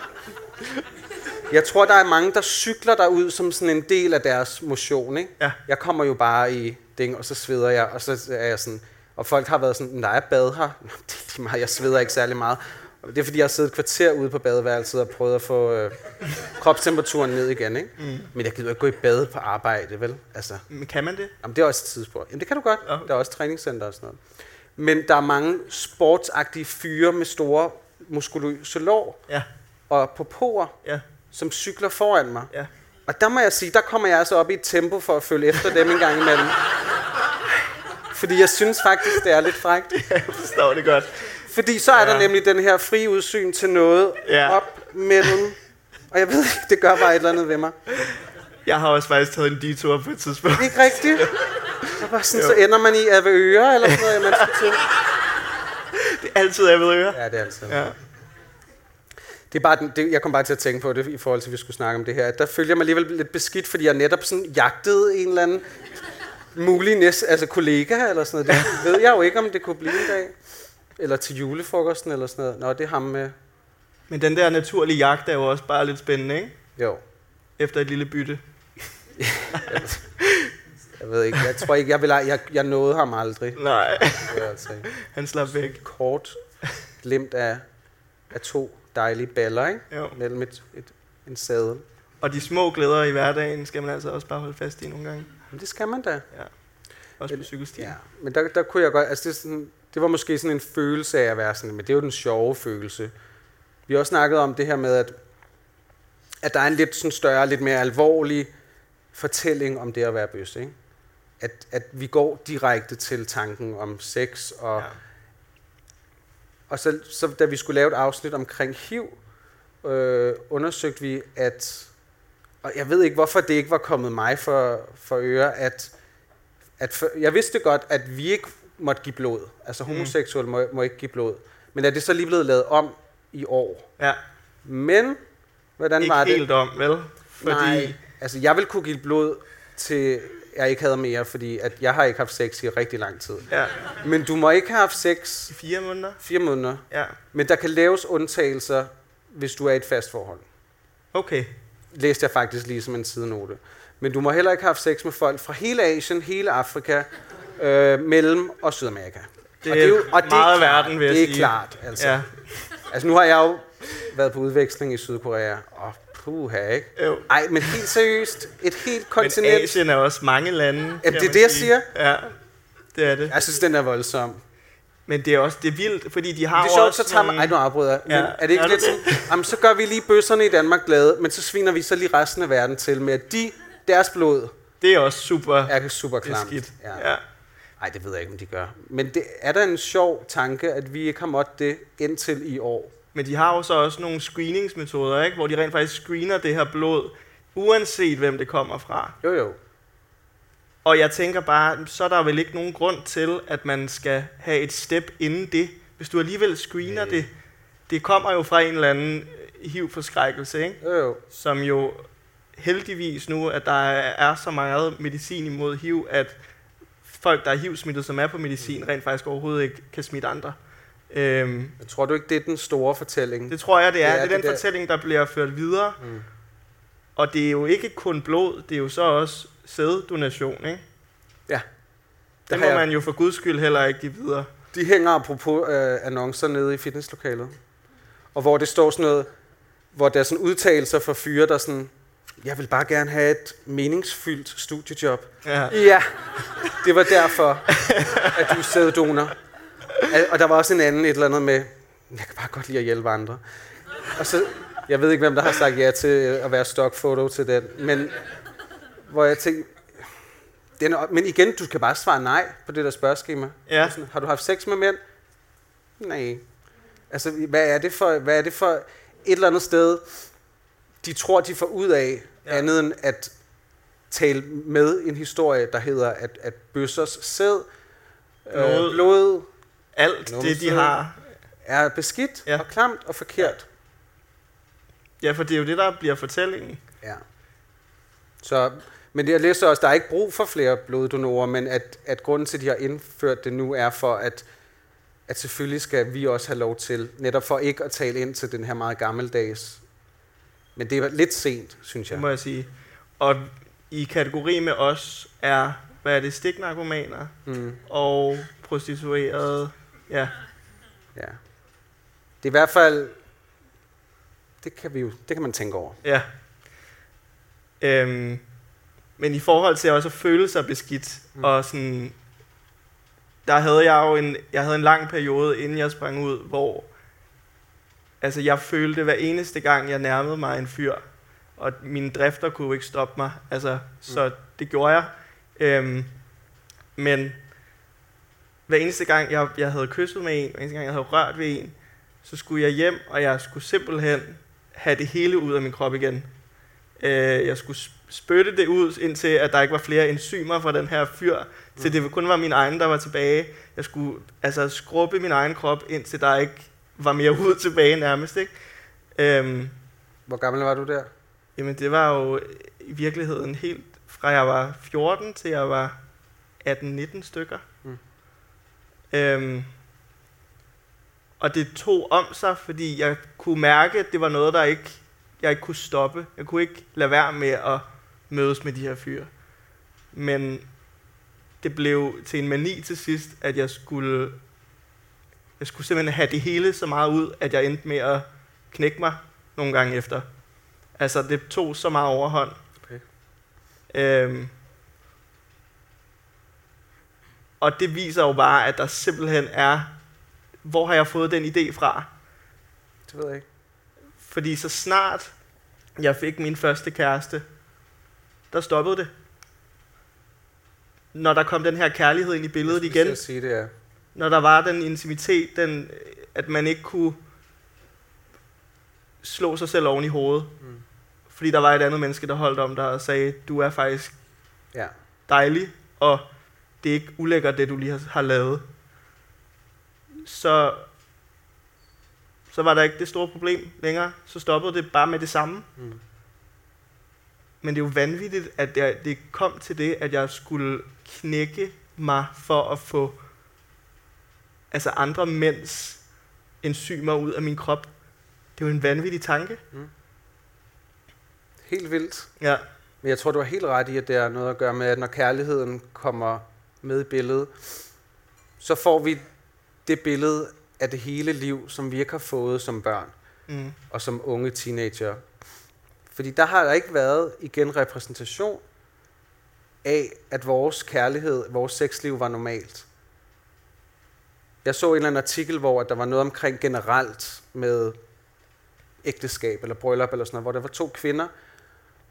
Speaker 3: Jeg tror, der er mange, der cykler derud som sådan en del af deres motion, ikke?
Speaker 2: Ja.
Speaker 3: Jeg kommer jo bare i ding, og så sveder jeg, og så er jeg sådan... Og folk har været sådan, nej, jeg bad her. Nå, Det er lige meget, jeg sveder ikke særlig meget. Og Det er, fordi jeg har siddet et kvarter ude på badeværelset og prøvet at få øh, kropstemperaturen ned igen, ikke? Mm. Men jeg gider ikke gå i bad på arbejde, vel? Altså,
Speaker 2: Men kan man det?
Speaker 3: Jamen, det er også et tidsspur. Jamen, det kan du godt.
Speaker 2: Ja.
Speaker 3: Der er også træningscenter og sådan noget. Men der er mange sportsagtige fyre med store muskuløse lår
Speaker 2: Ja,
Speaker 3: og på poer,
Speaker 2: ja,
Speaker 3: som cykler foran mig.
Speaker 2: ja.
Speaker 3: Og der må jeg sige, der kommer jeg altså op i et tempo for at følge efter dem en gang imellem. Fordi jeg synes faktisk, det er lidt frækt.
Speaker 2: Jeg forstår det godt.
Speaker 3: Fordi så er der
Speaker 2: Ja.
Speaker 3: nemlig den her frie udsyn til noget
Speaker 2: Ja.
Speaker 3: op mellem. Og jeg ved ikke, det gør bare et eller andet ved mig.
Speaker 2: Jeg har også faktisk taget en detur på et tidspunkt.
Speaker 3: Ikke rigtigt? Så, bare sådan, så ender man i Avedøre eller sådan noget, man skal til.
Speaker 2: Det er altid, jeg ved høre.
Speaker 3: Ja, det er altså.
Speaker 2: Ja.
Speaker 3: Det er bare, den- det, jeg kom bare til at tænke på det, i forhold til, at vi skulle snakke om det her. at Der følger jeg mig alligevel lidt beskidt, fordi jeg netop sådan jagtede en eller anden mulig næst, altså kollega eller sådan noget. Det ved jeg jo ikke, om det kunne blive en dag. Eller til julefrokosten eller sådan noget. Nå, det er ham med.
Speaker 2: Men den der naturlige jagt er jo også bare lidt spændende, ikke?
Speaker 3: Jo,
Speaker 2: Efter et lille bytte.
Speaker 3: jeg ved ikke. Jeg tror ikke, jeg, vil, jeg, jeg nåede ham aldrig.
Speaker 2: Nej,
Speaker 3: Det vil jeg altså ikke.
Speaker 2: han slap væk.
Speaker 3: Kort glimt af, af to dejlige baller, ikke?
Speaker 2: Jo.
Speaker 3: Mellem et, et, en sadel.
Speaker 2: Og de små glæder i hverdagen skal man altså også bare holde fast i nogle gange.
Speaker 3: Men det skal man da.
Speaker 2: Også på
Speaker 3: Men-
Speaker 2: cykelstien.
Speaker 3: Ja, men der, der kunne jeg godt, altså det, er sådan, det var måske sådan en følelse af at være sådan, men det er jo den sjove følelse. Vi har også snakket om det her med, at, at der er en lidt sådan større, lidt mere alvorlig fortælling om det at være bøs, ikke? At, at vi går direkte til tanken om sex, og, ja.
Speaker 2: Ja.
Speaker 3: og så, så da vi skulle lave et afsnit omkring HIV, øh, undersøgte vi, at, og jeg ved ikke, hvorfor det ikke var kommet mig for, for øre, at, at for, jeg vidste godt, at vi ikke måtte give blod. Altså
Speaker 2: Mm.
Speaker 3: homoseksuelle må, må ikke give blod. Men er det så lige blevet lavet om i år?
Speaker 2: ja.
Speaker 3: Men, hvordan
Speaker 2: Ikke
Speaker 3: var det?
Speaker 2: helt om, vel? Fordi
Speaker 3: Nej, altså jeg vil kunne give blod til, jeg ikke havde mere, fordi at jeg har ikke haft sex i rigtig lang tid.
Speaker 2: Ja,
Speaker 3: Men du må ikke have haft
Speaker 2: i
Speaker 3: sex
Speaker 2: fire måneder.
Speaker 3: fire måneder.
Speaker 2: Ja,
Speaker 3: Men der kan laves undtagelser, hvis du er i et fast forhold.
Speaker 2: okay.
Speaker 3: læste jeg faktisk lige som en sidenote. Men du må heller ikke have haft sex med folk fra hele Asien, hele Afrika, øh, Mellem- og Sydamerika.
Speaker 2: Det er meget
Speaker 3: klart,
Speaker 2: verden, vil jeg
Speaker 3: Det er
Speaker 2: sige.
Speaker 3: klart, altså.
Speaker 2: Ja,
Speaker 3: Ja. Altså, nu har jeg jo været på udveksling i Sydkorea, og puha, ikke?
Speaker 2: jo.
Speaker 3: Ej, men helt seriøst, et helt
Speaker 2: Men
Speaker 3: kontinent.
Speaker 2: Asien er også mange lande. kan
Speaker 3: det er
Speaker 2: man
Speaker 3: det, jeg
Speaker 2: sige.
Speaker 3: siger.
Speaker 2: Ja, det er det.
Speaker 3: Jeg synes, den er voldsom. Det
Speaker 2: Men det er også det er vildt, fordi de har
Speaker 3: er
Speaker 2: jo
Speaker 3: sjovt,
Speaker 2: også
Speaker 3: så tager man...
Speaker 2: nogle-
Speaker 3: Ej, nu afbryder jeg. Men
Speaker 2: Ja,
Speaker 3: er det ikke
Speaker 2: er
Speaker 3: lidt
Speaker 2: det
Speaker 3: sådan, jamen, så gør vi lige bøsserne i Danmark glade, men så sviner vi så lige resten af verden til med, at de, deres blod
Speaker 2: Det er også super
Speaker 3: er super
Speaker 2: det er
Speaker 3: klamt.
Speaker 2: skidt.
Speaker 3: Ja.
Speaker 2: ja.
Speaker 3: Nej, det ved jeg ikke, om de gør. Men det, er der en sjov tanke, at vi ikke har måttet det indtil i år?
Speaker 2: Men de har jo så også nogle screeningsmetoder, ikke? hvor de rent faktisk screener det her blod, uanset hvem det kommer fra.
Speaker 3: Jo, jo.
Speaker 2: Og jeg tænker bare, så er der vel ikke nogen grund til, at man skal have et step inden det. Hvis du alligevel screener
Speaker 3: Nej.
Speaker 2: det, det kommer jo fra en eller anden øh, HIV-forskrækkelse, ikke?
Speaker 3: Jo, jo.
Speaker 2: som jo heldigvis nu, at der er så meget medicin imod HIV, at folk, der er HIV-smittet, som er på
Speaker 3: Mm.
Speaker 2: medicin, rent faktisk overhovedet ikke kan smitte andre. Øhm,
Speaker 3: Jeg tror du ikke, det er den store fortælling?
Speaker 2: det tror jeg, det er.
Speaker 3: Ja,
Speaker 2: Det er
Speaker 3: det
Speaker 2: den
Speaker 3: der-
Speaker 2: fortælling, der bliver ført videre.
Speaker 3: Mm.
Speaker 2: Og det er jo ikke kun blod, det er jo så også sæddonation, ikke?
Speaker 3: Ja. Der
Speaker 2: Det
Speaker 3: har
Speaker 2: må
Speaker 3: jeg-
Speaker 2: man jo for guds skyld heller ikke give videre.
Speaker 3: De hænger apropos øh, annoncer nede i fitnesslokalet. Og hvor det står sådan noget, hvor der er sådan udtalelser fra fyre, der sådan, jeg vil bare gerne have et meningsfyldt studiejob.
Speaker 2: Ja.
Speaker 3: Ja, det var derfor, at du sad donor. Og der var også en anden et eller andet med, jeg kan bare godt lide at hjælpe andre. Og så, jeg ved ikke, hvem der har sagt ja til øh, at være stockfoto til den, men hvor jeg tænkte, den er, men igen, du kan bare svare nej på det der spørgeskema.
Speaker 2: Ja.
Speaker 3: Sådan, har du haft sex med mænd? Nej. Altså, hvad er det for, hvad er det for et eller andet sted, de tror, de får ud af,
Speaker 2: Ja.
Speaker 3: ja. andet end at tale med en historie, der hedder, at, at bøssers sæd,
Speaker 2: Blod.
Speaker 3: øh, blod,
Speaker 2: Alt
Speaker 3: Nå,
Speaker 2: det, de
Speaker 3: så-
Speaker 2: har.
Speaker 3: er beskidt
Speaker 2: Ja.
Speaker 3: ja. og klamt og forkert.
Speaker 2: Ja, for det er jo det, der bliver fortællingen.
Speaker 3: Ja. Så, men jeg læste også, at der er ikke brug for flere bloddonorer, men at, at grunden til, at de har indført det nu, er for, at, at selvfølgelig skal vi også have lov til, netop for ikke at tale ind til den her meget gammeldags. Men det er lidt sent, synes
Speaker 2: ja.
Speaker 3: jeg.
Speaker 2: må jeg sige. Og i kategori med os er, hvad er det, stiknarkomaner
Speaker 3: Mm,
Speaker 2: og prostituerede. Ja,
Speaker 3: ja. Det er i hvert fald, det kan, vi jo, det kan man tænke over.
Speaker 2: ja. Øhm, men i forhold til også at føle sig beskidt, mm.
Speaker 3: Mm.
Speaker 2: og sådan, der havde jeg jo en, jeg havde en lang periode, inden jeg sprang ud, hvor altså jeg følte hver eneste gang, jeg nærmede mig en fyr, og mine drifter kunne jo ikke stoppe mig, altså, så det gjorde jeg. Øhm, men hver eneste gang, jeg, jeg havde kysset med en, hver eneste gang, jeg havde rørt ved en, så skulle jeg hjem, og jeg skulle simpelthen have det hele ud af min krop igen. Øh, jeg skulle sp- spytte det ud, indtil at der ikke var flere enzymer fra den her fyr, til det kun var min egen, der var tilbage. Jeg skulle altså skrubbe min egen krop, indtil der ikke var mere hud tilbage nærmest. Ikke? Øhm,
Speaker 3: Hvor gammel var du der?
Speaker 2: jamen det var jo i virkeligheden helt fra jeg var 14 til jeg var 18-19 stykker.
Speaker 3: Mm.
Speaker 2: Øhm, og det tog om sig, fordi jeg kunne mærke, at det var noget, der ikke, jeg ikke kunne stoppe. Jeg kunne ikke lade være med at mødes med de her fyre. Men det blev til en mani til sidst, at jeg skulle, jeg skulle simpelthen have det hele så meget ud, at jeg endte med at knække mig nogle gange efter. Altså, det tog så meget overhånd.
Speaker 3: Okay.
Speaker 2: Øhm, og det viser jo bare, at der simpelthen er, hvor har jeg fået den idé fra?
Speaker 3: Det ved jeg ikke.
Speaker 2: Fordi så snart jeg fik min første kæreste, der stoppede det. Når der kom den her kærlighed ind i billedet
Speaker 3: Jeg skulle
Speaker 2: igen,
Speaker 3: til at sige det, ja.
Speaker 2: når der var den intimitet, den, øh, at man ikke kunne slå sig selv oven i hovedet.
Speaker 3: Mm.
Speaker 2: Fordi der var et andet menneske, der holdt om dig og sagde, du er faktisk
Speaker 3: Ja.
Speaker 2: dejlig, og det er ikke ulækkert, det du lige har, har lavet. Så, så var der ikke det store problem længere. Så stoppede det bare med det samme.
Speaker 3: Mm.
Speaker 2: Men det er jo vanvittigt, at jeg, det kom til det, at jeg skulle knække mig for at få altså andre mænds enzymer ud af min krop. Det er jo en vanvittig tanke.
Speaker 3: Helt vildt.
Speaker 2: Ja,
Speaker 3: Men jeg tror, du har helt ret i, at det har noget at gøre med, at når kærligheden kommer med i billedet, så får vi det billede af det hele liv, som vi ikke har fået som børn
Speaker 2: mm,
Speaker 3: og som unge teenager. Fordi der har der ikke været igen repræsentation af, at vores kærlighed, vores sexliv var normalt. Jeg så en eller anden artikel, hvor at der var noget omkring generelt med ægteskab eller bryllup eller sådan noget, hvor der var to kvinder,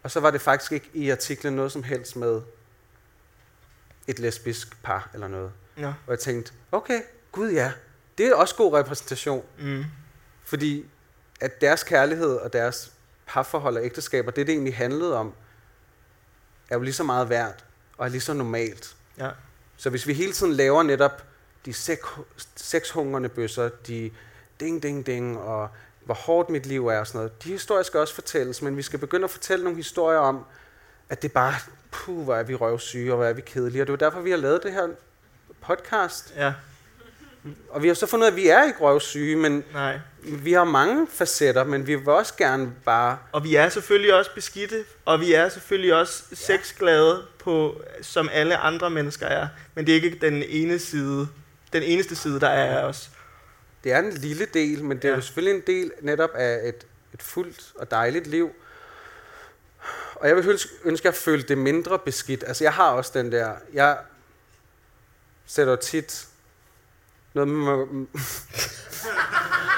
Speaker 3: og så var det faktisk ikke i artiklen noget som helst med et lesbisk par eller noget.
Speaker 2: ja,
Speaker 3: Og jeg tænkte, okay, gud ja, det er også god repræsentation.
Speaker 2: mm,
Speaker 3: Fordi at deres kærlighed og deres parforhold og ægteskaber, det det egentlig handlede om, er jo lige så meget værd og er lige så normalt.
Speaker 2: ja,
Speaker 3: Så hvis vi hele tiden laver netop de sek- sexhungrende bøsser, de ding, ding, ding, og hvor hårdt mit liv er og sådan noget, de historier skal også fortælles, men vi skal begynde at fortælle nogle historier om, at det bare, puh, hvor er vi røvsyge, og hvor er vi kedelige, og det er jo derfor, vi har lavet det her podcast.
Speaker 2: ja,
Speaker 3: Og vi har så fundet ud af, at vi er ikke røvsyge, men
Speaker 2: nej.
Speaker 3: vi har mange facetter, men vi vil også gerne bare...
Speaker 2: Og vi er selvfølgelig også beskidte, og vi er selvfølgelig også sexglade, på, som alle andre mennesker er. Men det er ikke den ene side, den eneste side, der er af os.
Speaker 3: Det er en lille del, men det er jo
Speaker 2: Ja.
Speaker 3: selvfølgelig en del netop af et, et fuldt og dejligt liv. Og jeg vil ønske, ønske, at jeg følte det mindre beskidt. Altså, jeg har også den der... Jeg sætter jo tit noget med...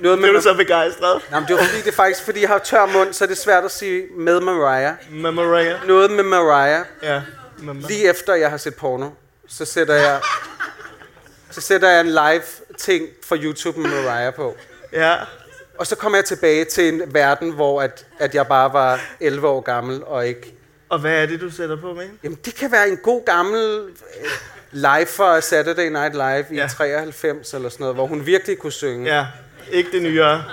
Speaker 3: noget
Speaker 2: Nu er
Speaker 3: med...
Speaker 2: du så begejstret.
Speaker 3: Jamen, det er jo fordi, det er faktisk, fordi jeg har tør mund, så er det svært at sige med Mariah.
Speaker 2: Med Mariah.
Speaker 3: Noget med Mariah,
Speaker 2: Ja. Med Ma-
Speaker 3: Lige efter jeg har set porno, så sætter jeg så sætter jeg en live ting fra YouTube med Mariah på.
Speaker 2: ja.
Speaker 3: Og så kommer jeg tilbage til en verden, hvor at, at jeg bare var 11 år gammel og ikke...
Speaker 2: Og hvad er det, du sætter på med?
Speaker 3: Jamen, det kan være en god gammel øh, live fra Saturday Night Live i
Speaker 2: Ja.
Speaker 3: ja. 93 eller sådan noget, hvor hun virkelig kunne synge. Ja.
Speaker 2: Ja. Ikke det nyere.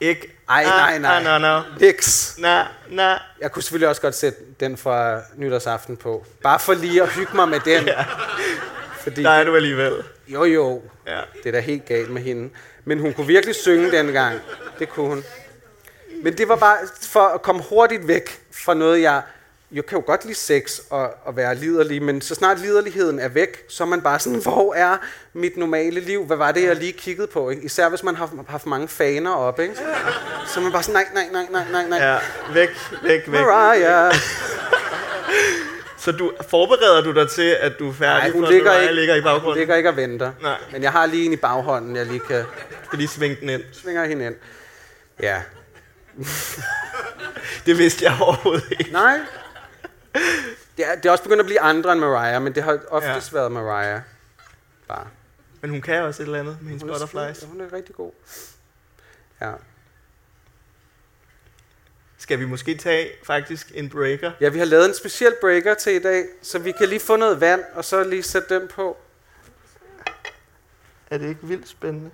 Speaker 2: Ikke.
Speaker 3: Ej, nej, nej.
Speaker 2: Ah, nej, nej.
Speaker 3: Nix.
Speaker 2: Nej, nej.
Speaker 3: Jeg kunne selvfølgelig også godt sætte den fra nytårsaften på. Bare for lige at hygge mig med den. Ja. Fordi,
Speaker 2: Der er du alligevel.
Speaker 3: jo jo,
Speaker 2: Ja.
Speaker 3: Det er da helt galt med hende. Men hun kunne virkelig synge dengang. Det kunne hun. Men det var bare for at komme hurtigt væk fra noget, jeg... Jeg kan jo godt lide sex og, og være liderlig, men så snart liderligheden er væk, så er man bare sådan, hvor er mit normale liv? Hvad var det, jeg lige kiggede på? Ikke? Især hvis man har har haft mange faner op, ikke? Så er man bare sådan, nej, nej, nej, nej, nej, nej.
Speaker 2: Ja. Væk, væk, væk.
Speaker 3: Mariah!
Speaker 2: Så du, forbereder du dig til, at du er færdig,
Speaker 3: Nej, hun
Speaker 2: for at
Speaker 3: ligger
Speaker 2: Mariah
Speaker 3: ikke,
Speaker 2: ligger i
Speaker 3: Hun
Speaker 2: baggrunden?
Speaker 3: ligger ikke og venter.
Speaker 2: Nej.
Speaker 3: Men jeg har lige en i baghånden, jeg lige kan...
Speaker 2: Jeg skal lige svinge den ind.
Speaker 3: Svinger hende ind. Ja.
Speaker 2: Det vidste jeg overhovedet ikke.
Speaker 3: Nej. Det er, det er også begyndt at blive andre end Mariah, men det har oftest ja. været Mariah. Bare.
Speaker 2: Men hun kan også et eller andet med hendes
Speaker 3: Hun er,
Speaker 2: butterflies.
Speaker 3: skide- hun er rigtig god. Ja.
Speaker 2: Skal vi måske tage faktisk en breaker?
Speaker 3: ja, vi har lavet en speciel breaker til i dag, så vi kan lige få noget vand, og så lige sætte den på.
Speaker 2: Er det ikke vildt spændende?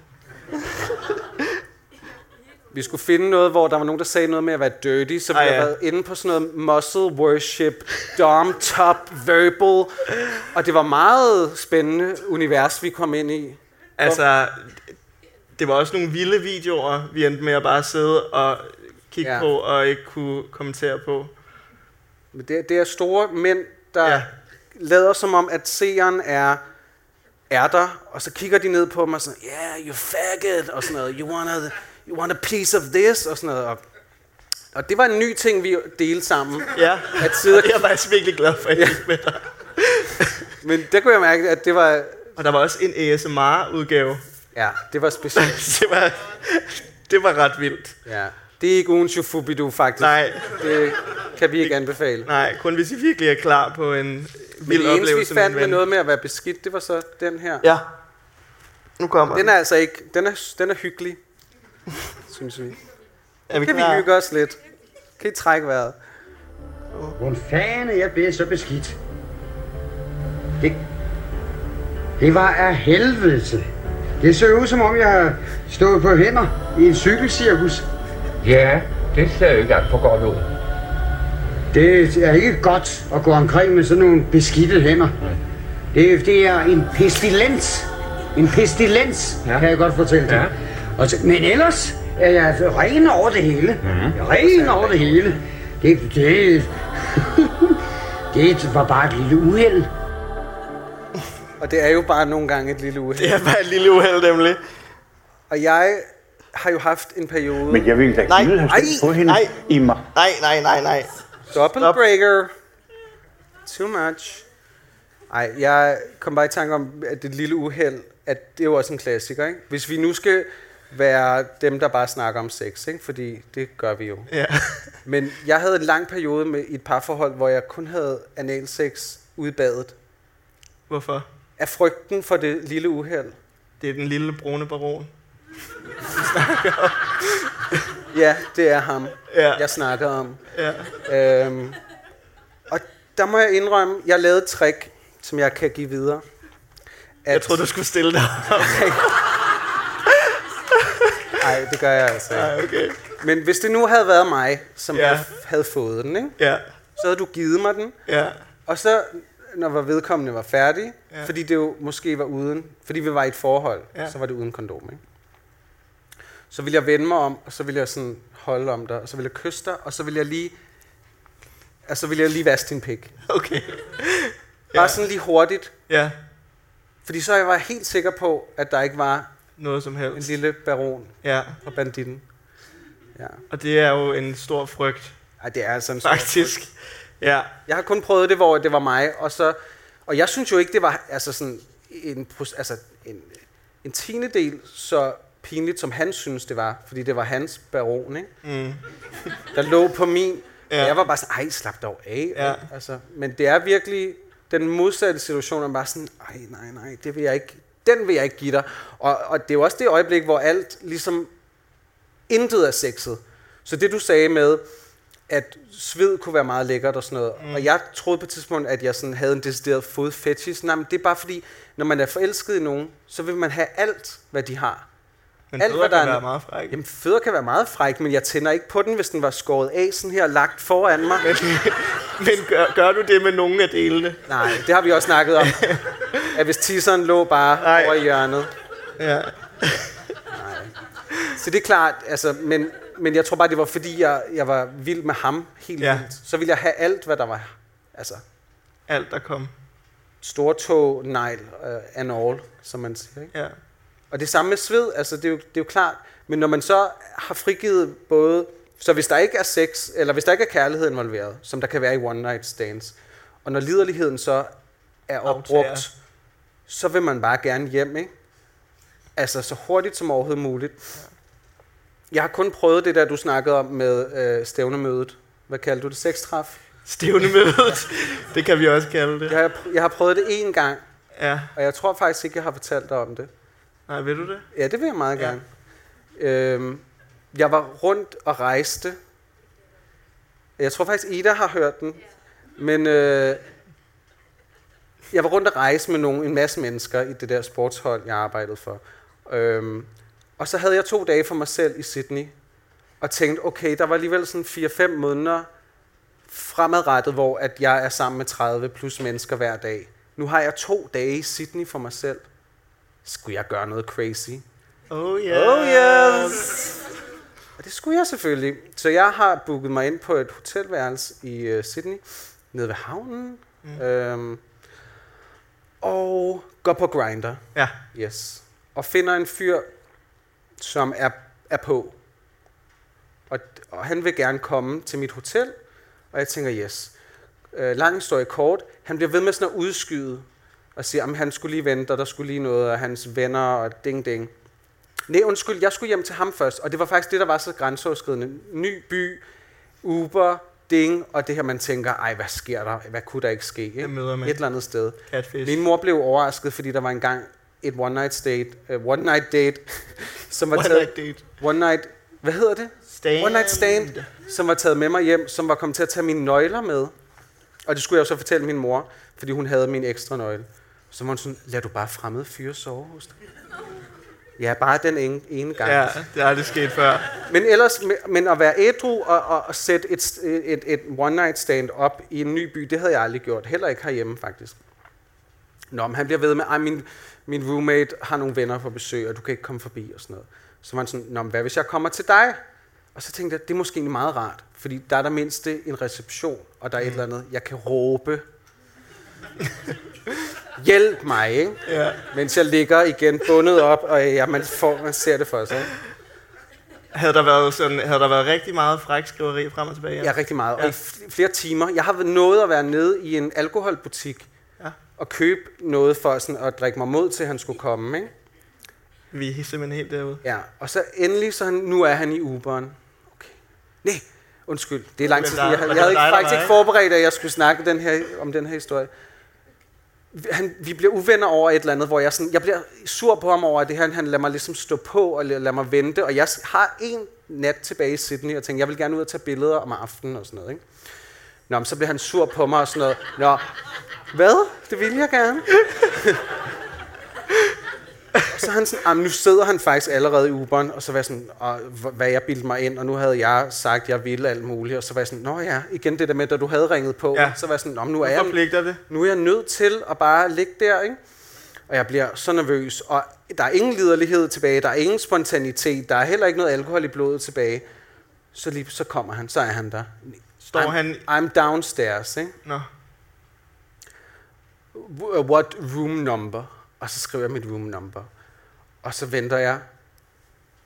Speaker 3: Vi skulle finde noget, hvor der var nogen, der sagde noget med at være dirty, så vi
Speaker 2: Ah,
Speaker 3: ah, ja.
Speaker 2: ja.
Speaker 3: har været inde på sådan noget muscle worship, dom, top, verbal. Og det var meget spændende univers, vi kom ind i.
Speaker 2: Altså, det var også nogle vilde videoer, vi endte med at bare sidde og kigge
Speaker 3: Ja.
Speaker 2: ja. på og ikke kunne kommentere på.
Speaker 3: Men det, det er store mænd, der ja.
Speaker 2: Ja.
Speaker 3: lader som om, at seeren er, er der, og så kigger de ned på mig og sådan, yeah, you faggot, og sådan noget, you want a, you want a piece of this, og sådan noget. Og, og det var en ny ting, vi delte sammen.
Speaker 2: Ja,
Speaker 3: At sidde og,
Speaker 2: jeg er faktisk virkelig glad for, at jeg gik med dig.
Speaker 3: men der kunne jeg mærke, at det var,
Speaker 2: Og der var også en ASMR-udgave.
Speaker 3: ja, det var specielt.
Speaker 2: det, var, det var ret vildt.
Speaker 3: Ja. Det er ikke ugens Jufubidu, faktisk.
Speaker 2: Nej,
Speaker 3: Det kan vi ikke anbefale.
Speaker 2: nej, kun hvis I virkelig er klar på en
Speaker 3: Men
Speaker 2: vild
Speaker 3: det eneste, vi
Speaker 2: oplevelse
Speaker 3: fandt med
Speaker 2: ven.
Speaker 3: noget med at være beskidt, det var så den her.
Speaker 2: Ja, nu kommer
Speaker 3: Den er altså ikke, den er, den er hyggelig, synes vi.
Speaker 2: er vi
Speaker 3: Kan vi
Speaker 2: klar?
Speaker 3: hygge os lidt? Kan I trække vejret?
Speaker 4: Hvordan fanden er jeg blevet så beskidt? Det, det var af helvede til. Det ser ud som om, jeg har stået på hænder i en cykelcirkus.
Speaker 5: Ja, det ser jo ikke alt for godt ud.
Speaker 4: Det er ikke godt at gå omkring med sådan nogle beskidte hænder. Det, det er en pestilens. En pestilens, ja.
Speaker 5: Ja.
Speaker 4: kan jeg godt fortælle dig.
Speaker 5: Ja.
Speaker 4: Og så, men ellers er jeg ren over det hele. Mm-hmm. Ren over det hele. Det, det, det var bare et lille uheld.
Speaker 3: Og det er jo bare nogle gange et lille uheld.
Speaker 2: Det er bare et lille uheld, nemlig.
Speaker 3: Og jeg har jo haft en periode
Speaker 6: Men jeg ville da
Speaker 2: Nej,
Speaker 6: givet have
Speaker 2: ej,
Speaker 6: stået på hende
Speaker 2: ej.
Speaker 6: i mig.
Speaker 2: Nej, nej, nej, nej.
Speaker 3: dobbeltbreaker. Too much. Ej, jeg kom bare i tanke om, at det lille uheld, at det er jo også en klassiker, ikke? Hvis vi nu skal være dem, der bare snakker om sex, ikke? Fordi det gør vi jo.
Speaker 2: Ja.
Speaker 3: Men jeg havde en lang periode med i et parforhold, hvor jeg kun havde analsex ude i badet.
Speaker 2: Hvorfor?
Speaker 3: Af frygten for det lille uheld.
Speaker 2: Det er den lille brune baron.
Speaker 3: Ja, det er ham,
Speaker 2: Ja.
Speaker 3: jeg snakker om.
Speaker 2: Ja.
Speaker 3: Øhm, og der må jeg indrømme, jeg lavede et trick, som jeg kan give videre. At,
Speaker 2: Jeg troede, du skulle stille dig.
Speaker 3: Nej, det gør jeg altså ikke.
Speaker 2: Nej, okay.
Speaker 3: Men hvis det nu havde været mig, som
Speaker 2: Ja.
Speaker 3: ja. havde fået den, ikke?
Speaker 2: Ja,
Speaker 3: så havde du givet mig den.
Speaker 2: ja.
Speaker 3: Og så, når var vedkommende var færdig, ja.
Speaker 2: Ja.
Speaker 3: fordi det jo måske var uden, fordi vi var i et forhold, ja.
Speaker 2: Ja.
Speaker 3: så var det uden kondom, ikke? Så ville jeg vende mig om, og så ville jeg sådan holde om dig, og så ville jeg kysse dig, og så ville jeg lige, og så ville jeg lige vaske din pik.
Speaker 2: Okay.
Speaker 3: Bare
Speaker 2: Ja.
Speaker 3: sådan lige hurtigt,
Speaker 2: Ja,
Speaker 3: Fordi så var jeg helt sikker på, at der ikke var
Speaker 2: noget som
Speaker 3: en
Speaker 2: helst.
Speaker 3: lille baron
Speaker 2: Ja,
Speaker 3: og banditten. Ja.
Speaker 2: og det er jo en stor frygt,
Speaker 3: Ej, det er altså en stor-
Speaker 2: faktisk. Ja,
Speaker 3: Jeg har kun prøvet det, hvor det var mig, og så... Og jeg synes jo ikke, det var altså sådan en, proc- altså en, en tiende del så pinligt, som han synes, det var. Fordi det var hans baron, ikke? Mm. Der lå på min... Ja.
Speaker 2: Ja.
Speaker 3: Jeg var bare sådan, ej, slap dog af.
Speaker 2: Ja.
Speaker 3: Altså, men det er virkelig den modsatte situation, at man bare sådan, ej, nej, nej, det vil jeg ikke, den vil jeg ikke give dig. Og, og det er jo også det øjeblik, hvor alt ligesom intet er sexet. Så det du sagde med, at sved kunne være meget lækkert og sådan noget. Mm. Og jeg troede på et tidspunkt, at jeg sådan havde en decideret fodfetish. Nej, men det er bare fordi, når man er forelsket i nogen, så vil man have alt, hvad de har.
Speaker 2: men
Speaker 3: Alt,
Speaker 2: Alt,
Speaker 3: hvad
Speaker 2: bedre
Speaker 3: der
Speaker 2: kan
Speaker 3: er-
Speaker 2: være meget fræk.
Speaker 3: Jamen, fødder kan være meget fræk, men jeg tænder ikke på den, hvis den var skåret af sådan her, lagt foran mig.
Speaker 2: Men gør, gør du det med nogen af delene?
Speaker 3: Nej, det har vi også snakket om. At hvis tisseren lå bare Nej.
Speaker 2: Nej.
Speaker 3: over i hjørnet.
Speaker 2: Ja.
Speaker 3: Så det er klart, altså, men, men jeg tror bare, det var fordi, jeg, jeg var vild med ham helt ja.
Speaker 2: Ja.
Speaker 3: vildt. Så ville jeg have alt, hvad der var. Altså,
Speaker 2: Alt, der kom.
Speaker 3: store tog, negl uh, and all, som man siger. Ikke?
Speaker 2: Ja.
Speaker 3: Og det samme med sved, altså det er, jo, det er jo klart. Men når man så har frigivet både... Så hvis der ikke er sex, eller hvis der ikke er kærlighed involveret, som der kan være i one night stands, og når liderligheden så er opbrugt, så vil man bare gerne hjem, ikke? Altså så hurtigt som overhovedet muligt. Jeg har kun prøvet det der, du snakkede om med øh, stævnemødet. Hvad kalder du det? Sextræf?
Speaker 2: Stævnemødet. Det kan vi også kalde det.
Speaker 3: Jeg har, jeg har prøvet det én gang,
Speaker 2: Ja.
Speaker 3: og jeg tror faktisk ikke, jeg har fortalt dig om det.
Speaker 2: Nej, ved du det?
Speaker 3: Ja, det vil jeg meget
Speaker 2: Ja.
Speaker 3: gerne. Øhm, jeg var rundt og rejste. Jeg tror faktisk, Ida har hørt den. Men øh, jeg var rundt og rejse med nogle, en masse mennesker i det der sportshold, jeg arbejdede for. Øhm, og så havde jeg to dage for mig selv i Sydney. og tænkte, okay, der var alligevel sådan 4-5 måneder fremadrettet, hvor at jeg er sammen med 30 plus mennesker hver dag. Nu har jeg to dage i Sydney for mig selv. Skulle jeg gøre noget crazy?
Speaker 2: Oh yes.
Speaker 3: Oh yes! Og det skulle jeg selvfølgelig. Så jeg har booket mig ind på et hotelværelse i øh, Sydney, nede ved havnen. Mm. Øhm, og går på Grinder.
Speaker 2: Ja.
Speaker 3: Yes. Og finder en fyr, som er, er på. Og, og han vil gerne komme til mit hotel, og jeg tænker, yes. Øh, lang historie kort, han bliver ved med sådan at udskyde, og siger, at han skulle lige vente, og der skulle lige noget, og hans venner, og ding ding. Nej, undskyld, jeg skulle hjem til ham først, og det var faktisk det, der var så grænseoverskridende. Ny by, Uber, ding, og det her, man tænker, ej, hvad sker der? Hvad kunne der ikke ske? Ikke?
Speaker 2: Hvad møder man?
Speaker 3: Et eller andet sted.
Speaker 2: Catfish.
Speaker 3: Min mor blev overrasket, fordi der var engang et one night state, uh, one night date, som var
Speaker 2: One
Speaker 3: taget,
Speaker 2: night date.
Speaker 3: One night, hvad hedder det?
Speaker 2: Stand.
Speaker 3: One night stand, som var taget med mig hjem, som var kommet til at tage mine nøgler med. Og det skulle jeg jo så fortælle min mor, fordi hun havde min ekstra nøgle. Så var hun sådan, lad du bare fremmede fyre sove hos dig. Ja, bare den ene, ene gang.
Speaker 2: Ja, det har det sket før.
Speaker 3: Men ellers, me- men at være ædru og, og, og sætte et, et, et one night stand op i en ny by, det havde jeg aldrig gjort. Heller ikke herhjemme, faktisk. Nå, men han bliver ved med, at min, min roommate har nogle venner på besøg, og du kan ikke komme forbi og sådan noget. Så var han sådan, Nå, men hvad hvis jeg kommer til dig? Og så tænkte jeg, det er måske egentlig meget rart, fordi der er der mindst en reception, og der er et eller andet, jeg kan råbe. Hjælp mig, ikke?
Speaker 2: Ja.
Speaker 3: Mens jeg ligger igen bundet op, og ja, man, får, man ser det for sig. ikke?
Speaker 2: Havde der været, sådan, havde der været rigtig meget frækskriveri frem og tilbage?
Speaker 3: Ja, rigtig meget. Og
Speaker 2: Ja.
Speaker 3: i fl- flere timer. Jeg har været- nået at være nede i en alkoholbutik
Speaker 2: Ja.
Speaker 3: og købe noget for sådan at drikke mig mod til, at han skulle komme. Ikke?
Speaker 2: Vi er simpelthen helt derude.
Speaker 3: Ja. Og så endelig, så han, nu er han i Uberen. Okay. Nej, undskyld. Det er lang
Speaker 2: Men
Speaker 3: tid
Speaker 2: der-
Speaker 3: siden. Jeg, havde-
Speaker 2: men
Speaker 3: jeg havde
Speaker 2: der er dig,
Speaker 3: ikke,
Speaker 2: der
Speaker 3: faktisk
Speaker 2: var,
Speaker 3: ikke
Speaker 2: ikke?
Speaker 3: forberedt, at jeg skulle snakke den her, om den her historie. Vi- Han, vi bliver uvenner over et eller andet, hvor jeg, sådan, jeg bliver sur på ham over, at det her, han lader mig ligesom stå på og lader mig vente. Og jeg s- har en nat tilbage i Sydney og tænker, jeg vil gerne ud og tage billeder om aftenen og sådan noget. Ikke? Nå, men så blev han sur på mig og sådan noget. Nå, hvad? Det vil jeg gerne. Og så er han sådan, "Jamen, nu sidder han faktisk allerede i Uberen, og så var jeg sådan, og, h- hvad jeg bildte mig ind, og nu havde jeg sagt, jeg ville alt muligt, og så var jeg sådan, nå ja, igen det der med, da du havde ringet på,
Speaker 2: Ja.
Speaker 3: ja. så var jeg sådan, nå, men nu er
Speaker 2: Du
Speaker 3: jeg,
Speaker 2: forpligter det.
Speaker 3: nu er jeg nødt til at bare ligge der, ikke? Og jeg bliver så nervøs, og der er ingen liderlighed tilbage, der er ingen spontanitet, der er heller ikke noget alkohol i blodet tilbage. Så lige så kommer han, så er han der.
Speaker 2: Står
Speaker 3: I'm,
Speaker 2: han...
Speaker 3: I'm downstairs, ikke?
Speaker 2: Nå.
Speaker 3: "Wh- what room number? Og så skriver jeg mit room number. Og så venter jeg.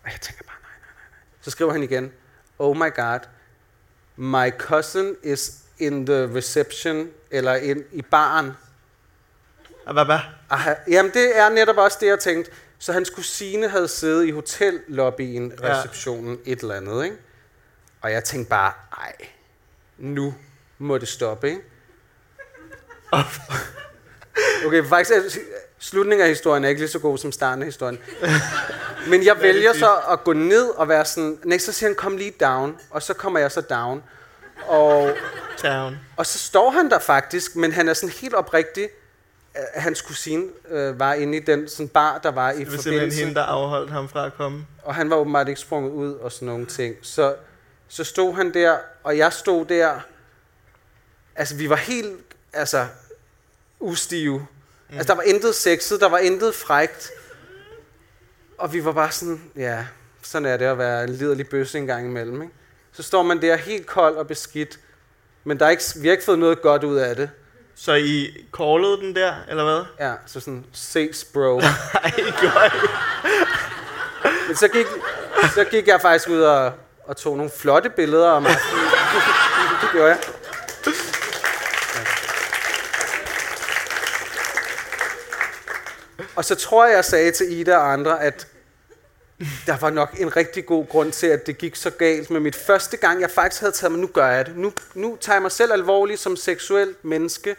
Speaker 3: Og jeg tænker bare, nej, nej, nej. nej. Så skriver han igen. Oh my god. My cousin is in the reception, eller in, i baren.
Speaker 2: Ah, Hvad, hvad?
Speaker 3: Aha. Jamen, det er netop også det, jeg tænkte. Så hans kusine havde siddet i hotellobbyen,
Speaker 2: Ja.
Speaker 3: receptionen, et eller andet, ikke? Og jeg tænkte bare, ej, nu må det stoppe, ikke? Okay, faktisk er slutningen af historien er ikke lige så god som starten af historien. Men jeg vælger så at gå ned og være sådan, nej, så siger han, kom lige down, og så kommer jeg så down. Og
Speaker 2: Town.
Speaker 3: og så står han der faktisk, men han er sådan helt oprigtig. Øh, Hans kusine øh, var inde i den sådan bar, der var i
Speaker 2: Det var simpelthen
Speaker 3: forbindelse,
Speaker 2: hende, der afholdt ham fra at komme.
Speaker 3: og han var åbenbart ikke sprunget ud og sådan nogle ting. Så, så stod han der, og jeg stod der. Altså, vi var helt altså, ustive. Mm. Altså, der var intet sexet, der var intet frægt. Og vi var bare sådan, ja, sådan er det at være en liderlig bøsse en gang imellem. Ikke? Så står man der helt kold og beskidt, men der er ikke, vi har ikke fået noget godt ud af det.
Speaker 2: Så I callede den der, eller hvad?
Speaker 3: Ja, så sådan, ses bro.
Speaker 2: Nej, I gjorde ikke.
Speaker 3: Men så gik, så gik jeg faktisk ud og, og tog nogle flotte billeder om aftenen. det gjorde jeg. Og så tror jeg, jeg sagde til Ida og andre, at der var nok en rigtig god grund til, at det gik så galt med mit første gang, jeg faktisk havde taget mig, nu gør jeg det. Nu, nu tager jeg mig selv alvorligt som seksuelt menneske.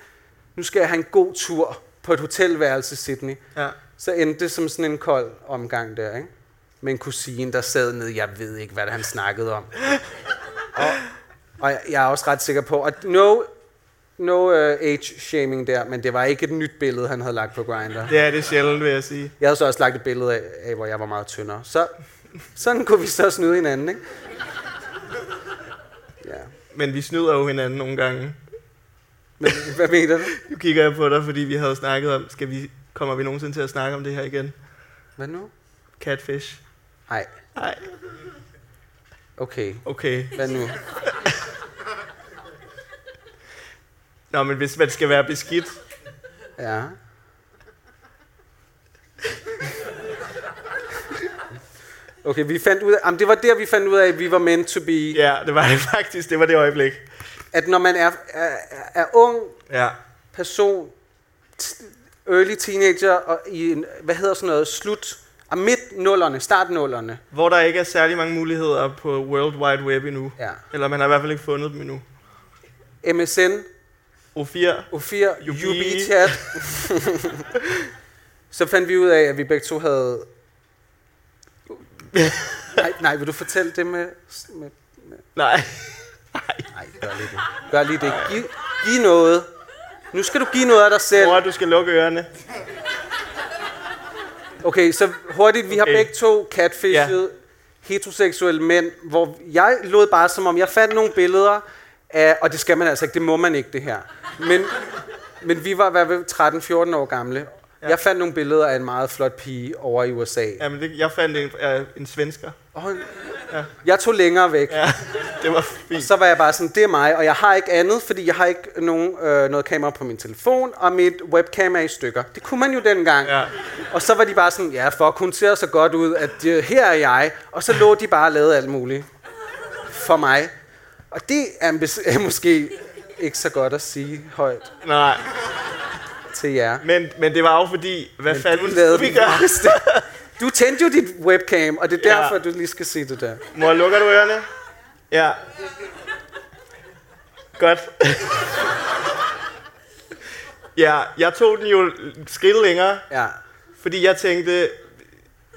Speaker 3: Nu skal jeg have en god tur på et hotelværelse i Sydney.
Speaker 2: Ja.
Speaker 3: Så endte det som sådan en kold omgang der, ikke? Med en kusine, der sad nede, jeg ved ikke, hvad det, han snakkede om. Og, og jeg- jeg er også ret sikker på, at no, no uh, age-shaming der, men det var ikke et nyt billede, han havde lagt på Grindr.
Speaker 2: Det er det sjældent, vil jeg sige.
Speaker 3: Jeg havde så også lagt et billede af, af hvor jeg var meget tyndere. Så sådan kunne vi så snyde hinanden, ikke? Ja.
Speaker 2: Men vi snyder jo hinanden nogle gange.
Speaker 3: Men, hvad mener du?
Speaker 2: Nu kigger jeg på dig, fordi vi havde snakket om, skal vi, kommer vi nogensinde til at snakke om det her igen?
Speaker 3: Hvad nu?
Speaker 2: Catfish.
Speaker 3: Nej,
Speaker 2: Nej.
Speaker 3: okay.
Speaker 2: Okay.
Speaker 3: Hvad nu?
Speaker 2: Nå, men hvis man skal være beskidt,
Speaker 3: Ja. Okay, vi fandt ud af, jamen det var der, vi fandt ud af, at vi var meant to be. Yeah.
Speaker 2: ja, det var det faktisk. Det var det øjeblik.
Speaker 3: At når man er, er, er ung
Speaker 2: Ja.
Speaker 3: person, t- early teenager, og i en, hvad hedder sådan noget, slut, ah, midt nullerne, start nullerne.
Speaker 2: Hvor der ikke er særlig mange muligheder på World Wide Web endnu.
Speaker 3: Ja.
Speaker 2: Eller man har i hvert fald ikke fundet dem endnu.
Speaker 3: MSN,
Speaker 2: O4.
Speaker 3: O4,
Speaker 2: Yubi.
Speaker 3: UB-chat. så fandt vi ud af, at vi begge to havde... Nej, nej, vil du fortælle det med... med
Speaker 2: Nej.
Speaker 3: nej, gør lige det. Gør lige det. Giv, giv noget. Nu skal du give noget af dig selv.
Speaker 2: Mor, du skal lukke ørerne.
Speaker 3: Okay, så hurtigt. Vi har
Speaker 2: Okay.
Speaker 3: begge to catfishet
Speaker 2: Ja.
Speaker 3: heteroseksuelle mænd, hvor jeg lod bare som om, jeg fandt nogle billeder af, og det skal man altså ikke, det må man ikke det her. Men, men vi var hvad, ved 13-14 år gamle. Ja. Jeg fandt nogle billeder af en meget flot pige over i USA. Ja.
Speaker 2: Jamen, det, jeg fandt en, øh, en svensker.
Speaker 3: Og, Jeg tog længere væk. Ja.
Speaker 2: Ja, det var fint.
Speaker 3: Så var jeg bare sådan, det er mig, og jeg har ikke andet, fordi jeg har ikke nogen, øh, noget kamera på min telefon, og mit webcam er i stykker. Det kunne man jo dengang.
Speaker 2: Ja.
Speaker 3: Og så var de bare sådan, ja, fuck, hun ser så godt ud, at øh, her er jeg. Og så lå de bare og lavede alt muligt for mig. Og det er, mås- er måske ikke så godt at sige højt
Speaker 2: Nej,
Speaker 3: til jer.
Speaker 2: men, men det var jo fordi, hvad fanden
Speaker 3: Du lavede
Speaker 2: vi
Speaker 3: den
Speaker 2: gør?
Speaker 3: værste. Du tændte jo dit webcam, og det er
Speaker 2: Ja.
Speaker 3: derfor, du lige skal sige det der.
Speaker 2: Mor, lukker du ørerne? Ja. Godt. ja, jeg tog den jo skridt længere,
Speaker 3: Ja.
Speaker 2: fordi jeg tænkte,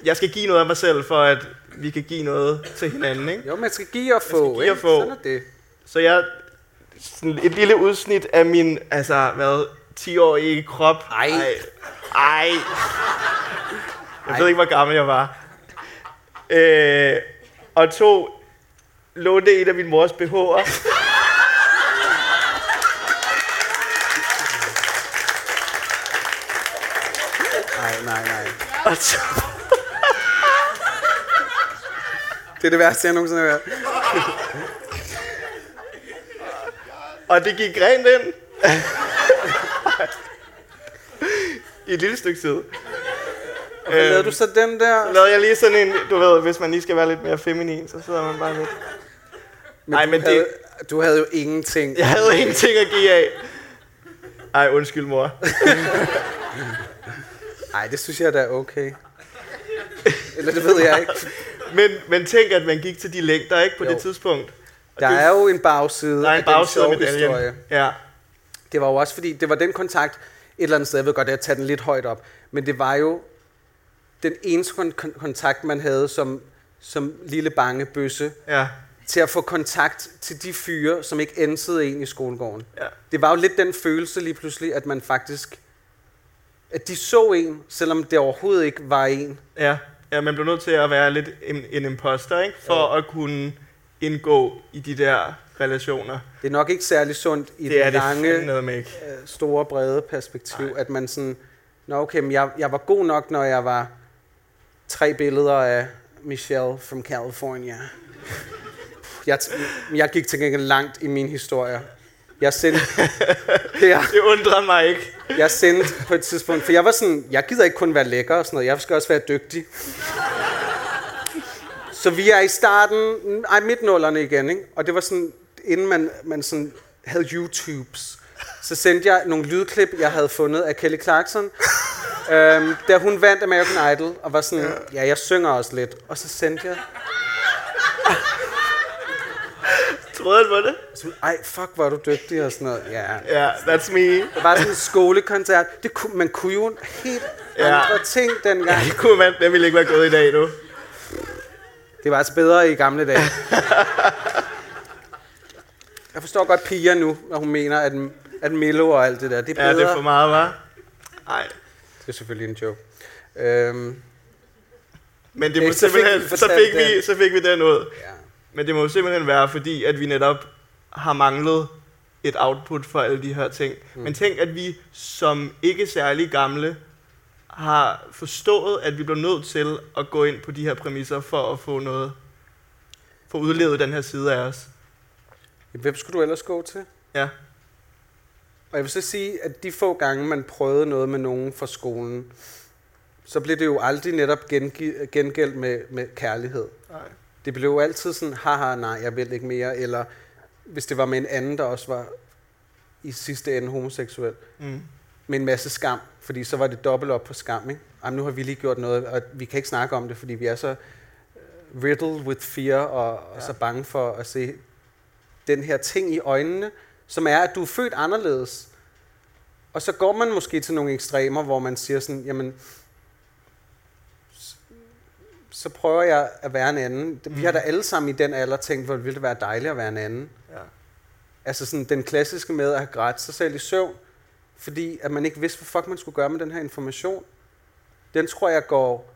Speaker 2: jeg skal give noget af mig selv, for at vi kan give noget til hinanden, ikke?
Speaker 3: Jo, man skal give og få,
Speaker 2: give og
Speaker 3: ikke?
Speaker 2: få.
Speaker 3: Sådan er det.
Speaker 2: Så jeg, sådan et lille udsnit af min, altså, hvad, 10-årige krop.
Speaker 3: Ej.
Speaker 2: Ej. Jeg ved ikke, hvor gammel jeg var. Øh, og to, lånte en af min mors BH'er.
Speaker 3: Nej, nej, nej.
Speaker 2: Og så,
Speaker 3: Det er det værste, jeg nogensinde har hørt.
Speaker 2: og det gik rent ind. I et lille stykke tid.
Speaker 3: Hvad
Speaker 2: Øhm,
Speaker 3: lavede du så den
Speaker 2: Så
Speaker 3: der?
Speaker 2: lavede jeg lige sådan en, du ved, hvis man lige skal være lidt mere feminin, så sidder man bare lidt. Nej, men
Speaker 3: du, havde,
Speaker 2: det,
Speaker 3: du havde jo ingenting.
Speaker 2: jeg havde ingenting at give af. Ej, undskyld mor.
Speaker 3: Nej, det synes jeg da er okay. Eller det ved jeg ikke.
Speaker 2: Men, men tænk, at man gik til de længder, ikke, på jo.
Speaker 3: Jo.
Speaker 2: det tidspunkt. Og
Speaker 3: Der
Speaker 2: det,
Speaker 3: er jo en bagside
Speaker 2: der er
Speaker 3: af
Speaker 2: en
Speaker 3: den
Speaker 2: bagside af
Speaker 3: sjove
Speaker 2: medaljen.
Speaker 3: historie.
Speaker 2: Ja,
Speaker 3: Det var jo også fordi, det var den kontakt et eller andet sted, jeg ved godt, at jeg tager den lidt højt op, men det var jo den eneste kon- kon- kontakt, man havde som, som lille bange bøsse,
Speaker 2: ja,
Speaker 3: til at få kontakt til de fyre, som ikke ensede en i skolegården.
Speaker 2: ja.
Speaker 3: Det var jo lidt den følelse lige pludselig, at man faktisk, at de så en, selvom det overhovedet ikke var en.
Speaker 2: Ja, ja man blev nødt til at være lidt en, en imposter, ikke? For at kunne indgå i de der relationer.
Speaker 3: Det er nok ikke særlig sundt i
Speaker 2: Det,
Speaker 3: det
Speaker 2: er det
Speaker 3: lange,
Speaker 2: fandme noget med ikke.
Speaker 3: øh, store, brede perspektiv, Ej. at man sådan, nå okay, men jeg, jeg var god nok, når jeg var tre billeder af Michelle from California. Jeg, t- jeg gik til gengæld langt i min historie. Jeg sendte, jeg,
Speaker 2: Det undrer mig ikke.
Speaker 3: jeg sendte på et tidspunkt, for jeg var sådan, jeg gider ikke kun være lækker og sådan noget, jeg skal også være dygtig. Så vi er i starten, ej midtnullerne igen, ikke? og det var sådan, inden man, man sådan havde YouTubes, så sendte jeg nogle lydklip, jeg havde fundet af Kelly Clarkson, øhm, da hun vandt American Idol, og var sådan, ja, jeg synger også lidt, og så sendte jeg,
Speaker 2: Troede han på det?
Speaker 3: ej, fuck, hvor er du dygtig, og sådan noget, ja.
Speaker 2: Ja, that's me.
Speaker 3: Det var sådan en skolekoncert, det kunne, man kunne jo helt
Speaker 2: Ja.
Speaker 3: andre ting dengang.
Speaker 2: Det kunne man, det ville ikke være gået i dag nu.
Speaker 3: Det var altså bedre i gamle dage. Jeg forstår godt piger nu, når hun mener, at, at Milo og alt det der, det er
Speaker 2: Ja,
Speaker 3: bedre.
Speaker 2: det er for meget, var. Nej,
Speaker 3: det er selvfølgelig en joke. Øhm,
Speaker 2: men det,
Speaker 3: Ikke,
Speaker 2: det
Speaker 3: så fik vi
Speaker 2: simpelthen, Øh, så
Speaker 3: fortalt
Speaker 2: fik, vi,
Speaker 3: den.
Speaker 2: så fik vi den ud.
Speaker 3: ja.
Speaker 2: Men det må jo simpelthen være, fordi at vi netop har manglet et output for alle de her ting. Mm. Men tænk, at vi som ikke særlig gamle har forstået, at vi bliver nødt til at gå ind på de her præmisser for at få noget, for at udleve den her side af os.
Speaker 3: Hvem skulle du ellers gå til?
Speaker 2: Ja.
Speaker 3: Og jeg vil så sige, at de få gange, man prøvede noget med nogen fra skolen, så blev det jo aldrig netop gengi- gengældt med, med kærlighed.
Speaker 2: Nej.
Speaker 3: Det blev jo altid sådan, haha, nej, jeg vil ikke mere, eller hvis det var med en anden, der også var i sidste ende homoseksuel,
Speaker 2: Mm.
Speaker 3: med en masse skam, fordi så var det dobbelt op på skam, ikke? Jamen, nu har vi lige gjort noget, og vi kan ikke snakke om det, fordi vi er så øh, riddled with fear, og, og ja. så bange for at se den her ting i øjnene, som er, at du er født anderledes. Og så går man måske til nogle ekstremer, hvor man siger sådan, jamen, s- så prøver jeg at være en anden. Vi har da alle sammen i den alder tænkt, hvor ville det være dejligt at være en anden.
Speaker 2: Ja.
Speaker 3: Altså sådan den klassiske med at have grædt sig selv i søvn, fordi at man ikke vidste, hvad fuck man skulle gøre med den her information. Den tror jeg går...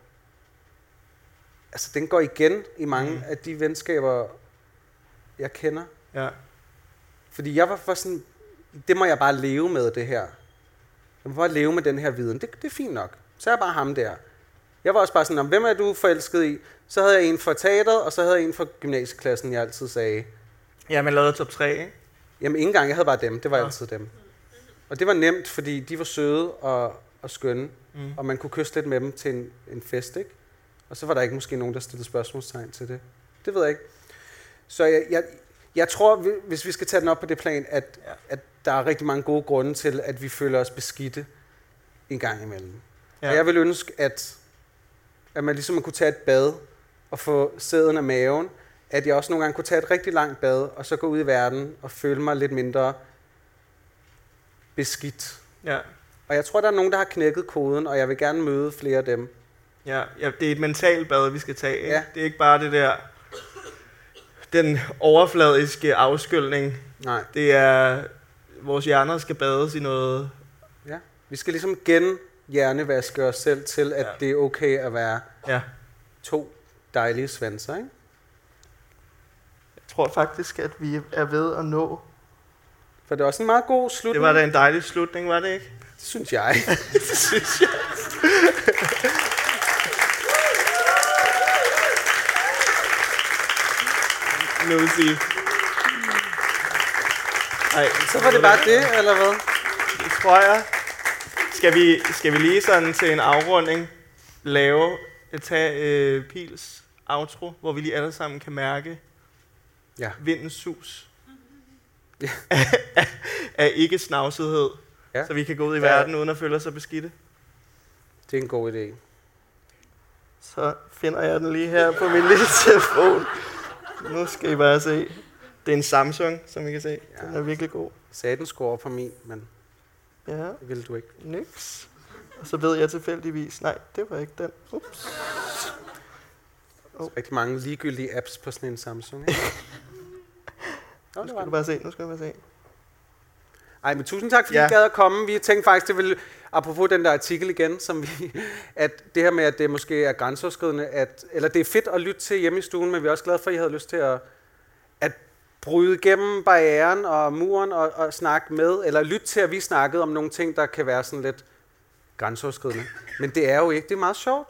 Speaker 3: Altså den går igen i mange mm. af de venskaber, jeg kender.
Speaker 2: Ja.
Speaker 3: Fordi jeg var for sådan, det må jeg bare leve med det her. Jeg må bare leve med den her viden. Det, det er fint nok. Så er jeg bare ham der. Jeg var også bare sådan, "Nå, hvem er du forelsket i? Så havde jeg en fra teateret, og så havde jeg en fra gymnasieklassen, jeg altid sagde.
Speaker 2: Ja, man lavede top 3, ikke?
Speaker 3: Jamen ikke engang, jeg havde bare dem. Det var
Speaker 2: Nå.
Speaker 3: altid dem. Og det var nemt, fordi de var søde og, og skønne,
Speaker 2: Mm.
Speaker 3: mm. og man kunne kysse lidt med dem til en, en fest, ikke? Og så var der ikke måske nogen, der stillede spørgsmålstegn til det. Det ved jeg ikke. Så jeg, jeg, jeg tror, vi- hvis vi skal tage den op på det plan, at,
Speaker 2: Ja.
Speaker 3: ja. at der er rigtig mange gode grunde til, at vi føler os beskidte en gang imellem.
Speaker 2: Ja.
Speaker 3: Ja. Og jeg vil ønske, at, at man ligesom kunne tage et bad og få sæden af maven, at jeg også nogle gange kunne tage et rigtig langt bad, og så gå ud i verden og føle mig lidt mindre beskidt.
Speaker 2: Ja.
Speaker 3: Og jeg tror, der er nogen, der har knækket koden, og jeg vil gerne møde flere af dem.
Speaker 2: Ja, ja, det er et mentalt bad, vi skal tage. Ikke?
Speaker 3: Ja.
Speaker 2: Det er ikke bare det der, den overfladiske afskyldning.
Speaker 3: Nej,
Speaker 2: Det er, vores hjerner skal bades i noget.
Speaker 3: ja. Vi skal ligesom gen hjernevaske os selv til, at
Speaker 2: Ja.
Speaker 3: ja. det er okay at være
Speaker 2: Ja,
Speaker 3: to dejlige svenser, ikke?
Speaker 2: jeg tror faktisk, at vi er ved at nå.
Speaker 3: For det er også en meget god slutning.
Speaker 2: Det var da en dejlig slutning, var det ikke?
Speaker 3: det synes jeg.
Speaker 2: det synes jeg. Nu vil sige. Ej,
Speaker 3: Så var det bare det, eller hvad?
Speaker 2: Det tror jeg. Skal vi, skal vi lige sådan til en afrunding lave, tage øh, Pils outro, hvor vi lige alle sammen kan mærke
Speaker 3: Ja.
Speaker 2: vindens sus af ikke snavsethed, ja.
Speaker 3: Ja.
Speaker 2: så vi kan gå ud i
Speaker 3: Ja.
Speaker 2: verden uden at føle os så beskidte.
Speaker 3: Det er en god idé.
Speaker 2: Så finder jeg den lige her på min lille telefon. Nu skal I bare se. Det er en Samsung, som I kan se. Ja. Den er virkelig god.
Speaker 3: Sagde den skulle over på min, men
Speaker 2: Ja.
Speaker 3: det ville du ikke.
Speaker 2: Nix. Og så ved jeg tilfældigvis, nej, det var ikke den. Ups.
Speaker 3: Rigtig mange ligegyldige apps på sådan en Samsung, ikke?
Speaker 2: Nu
Speaker 3: Nå, det
Speaker 2: skal
Speaker 3: var
Speaker 2: du
Speaker 3: den.
Speaker 2: bare se, nu skal du bare se.
Speaker 3: Ej, men tusind tak, fordi
Speaker 2: Ja.
Speaker 3: ja. I gad at komme. Vi tænkte faktisk, det ville, apropos den der artikel igen, som vi, at det her med, at det måske er grænseoverskridende, at, eller det er fedt at lytte til hjemme i stuen, men vi er også glade for, at I havde lyst til at, at bryde igennem barrieren og muren og, og snakke med, eller lytte til, at vi snakkede om nogle ting, der kan være sådan lidt grænseoverskridende. Men det er jo ikke. Det er meget sjovt.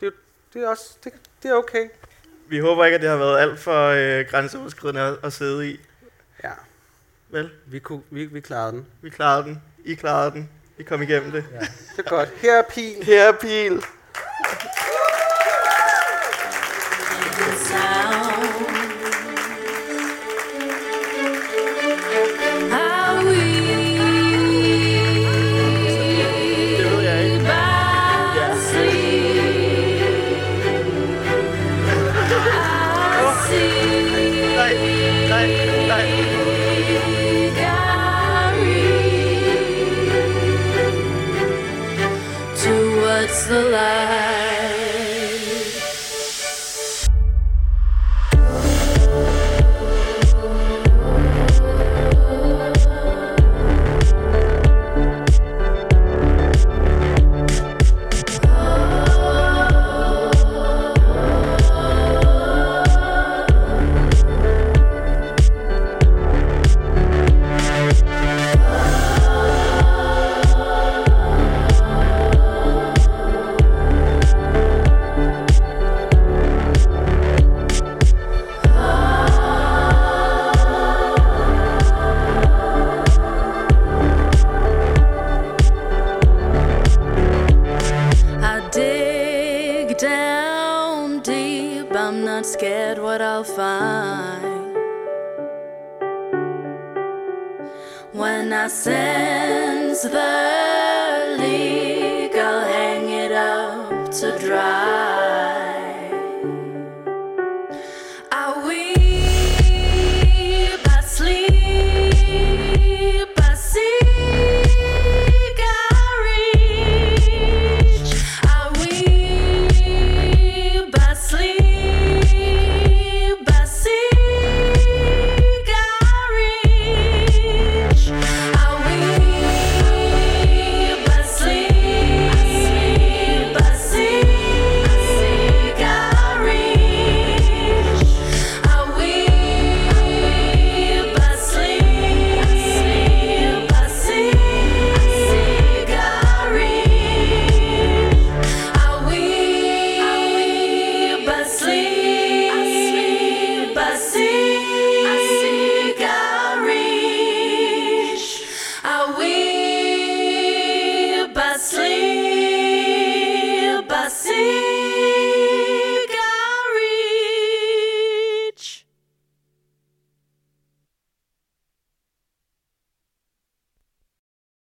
Speaker 3: Det er, jo- det er også, det, det er okay.
Speaker 2: Vi håber ikke, at det har været alt for øh, grænseoverskridende at, at sidde i.
Speaker 3: Ja,
Speaker 2: Vel,
Speaker 3: vi, kunne, vi, vi klarede den.
Speaker 2: vi klarede den. I klarede den. I kom igennem det. Ja.
Speaker 3: Det er godt. Her er pil.
Speaker 2: Her er pil. Det ved jeg ikke. Nej, nej, nej.
Speaker 6: Towards the light. I'm not scared what I'll find. When I sense the leak, I'll hang it up to dry.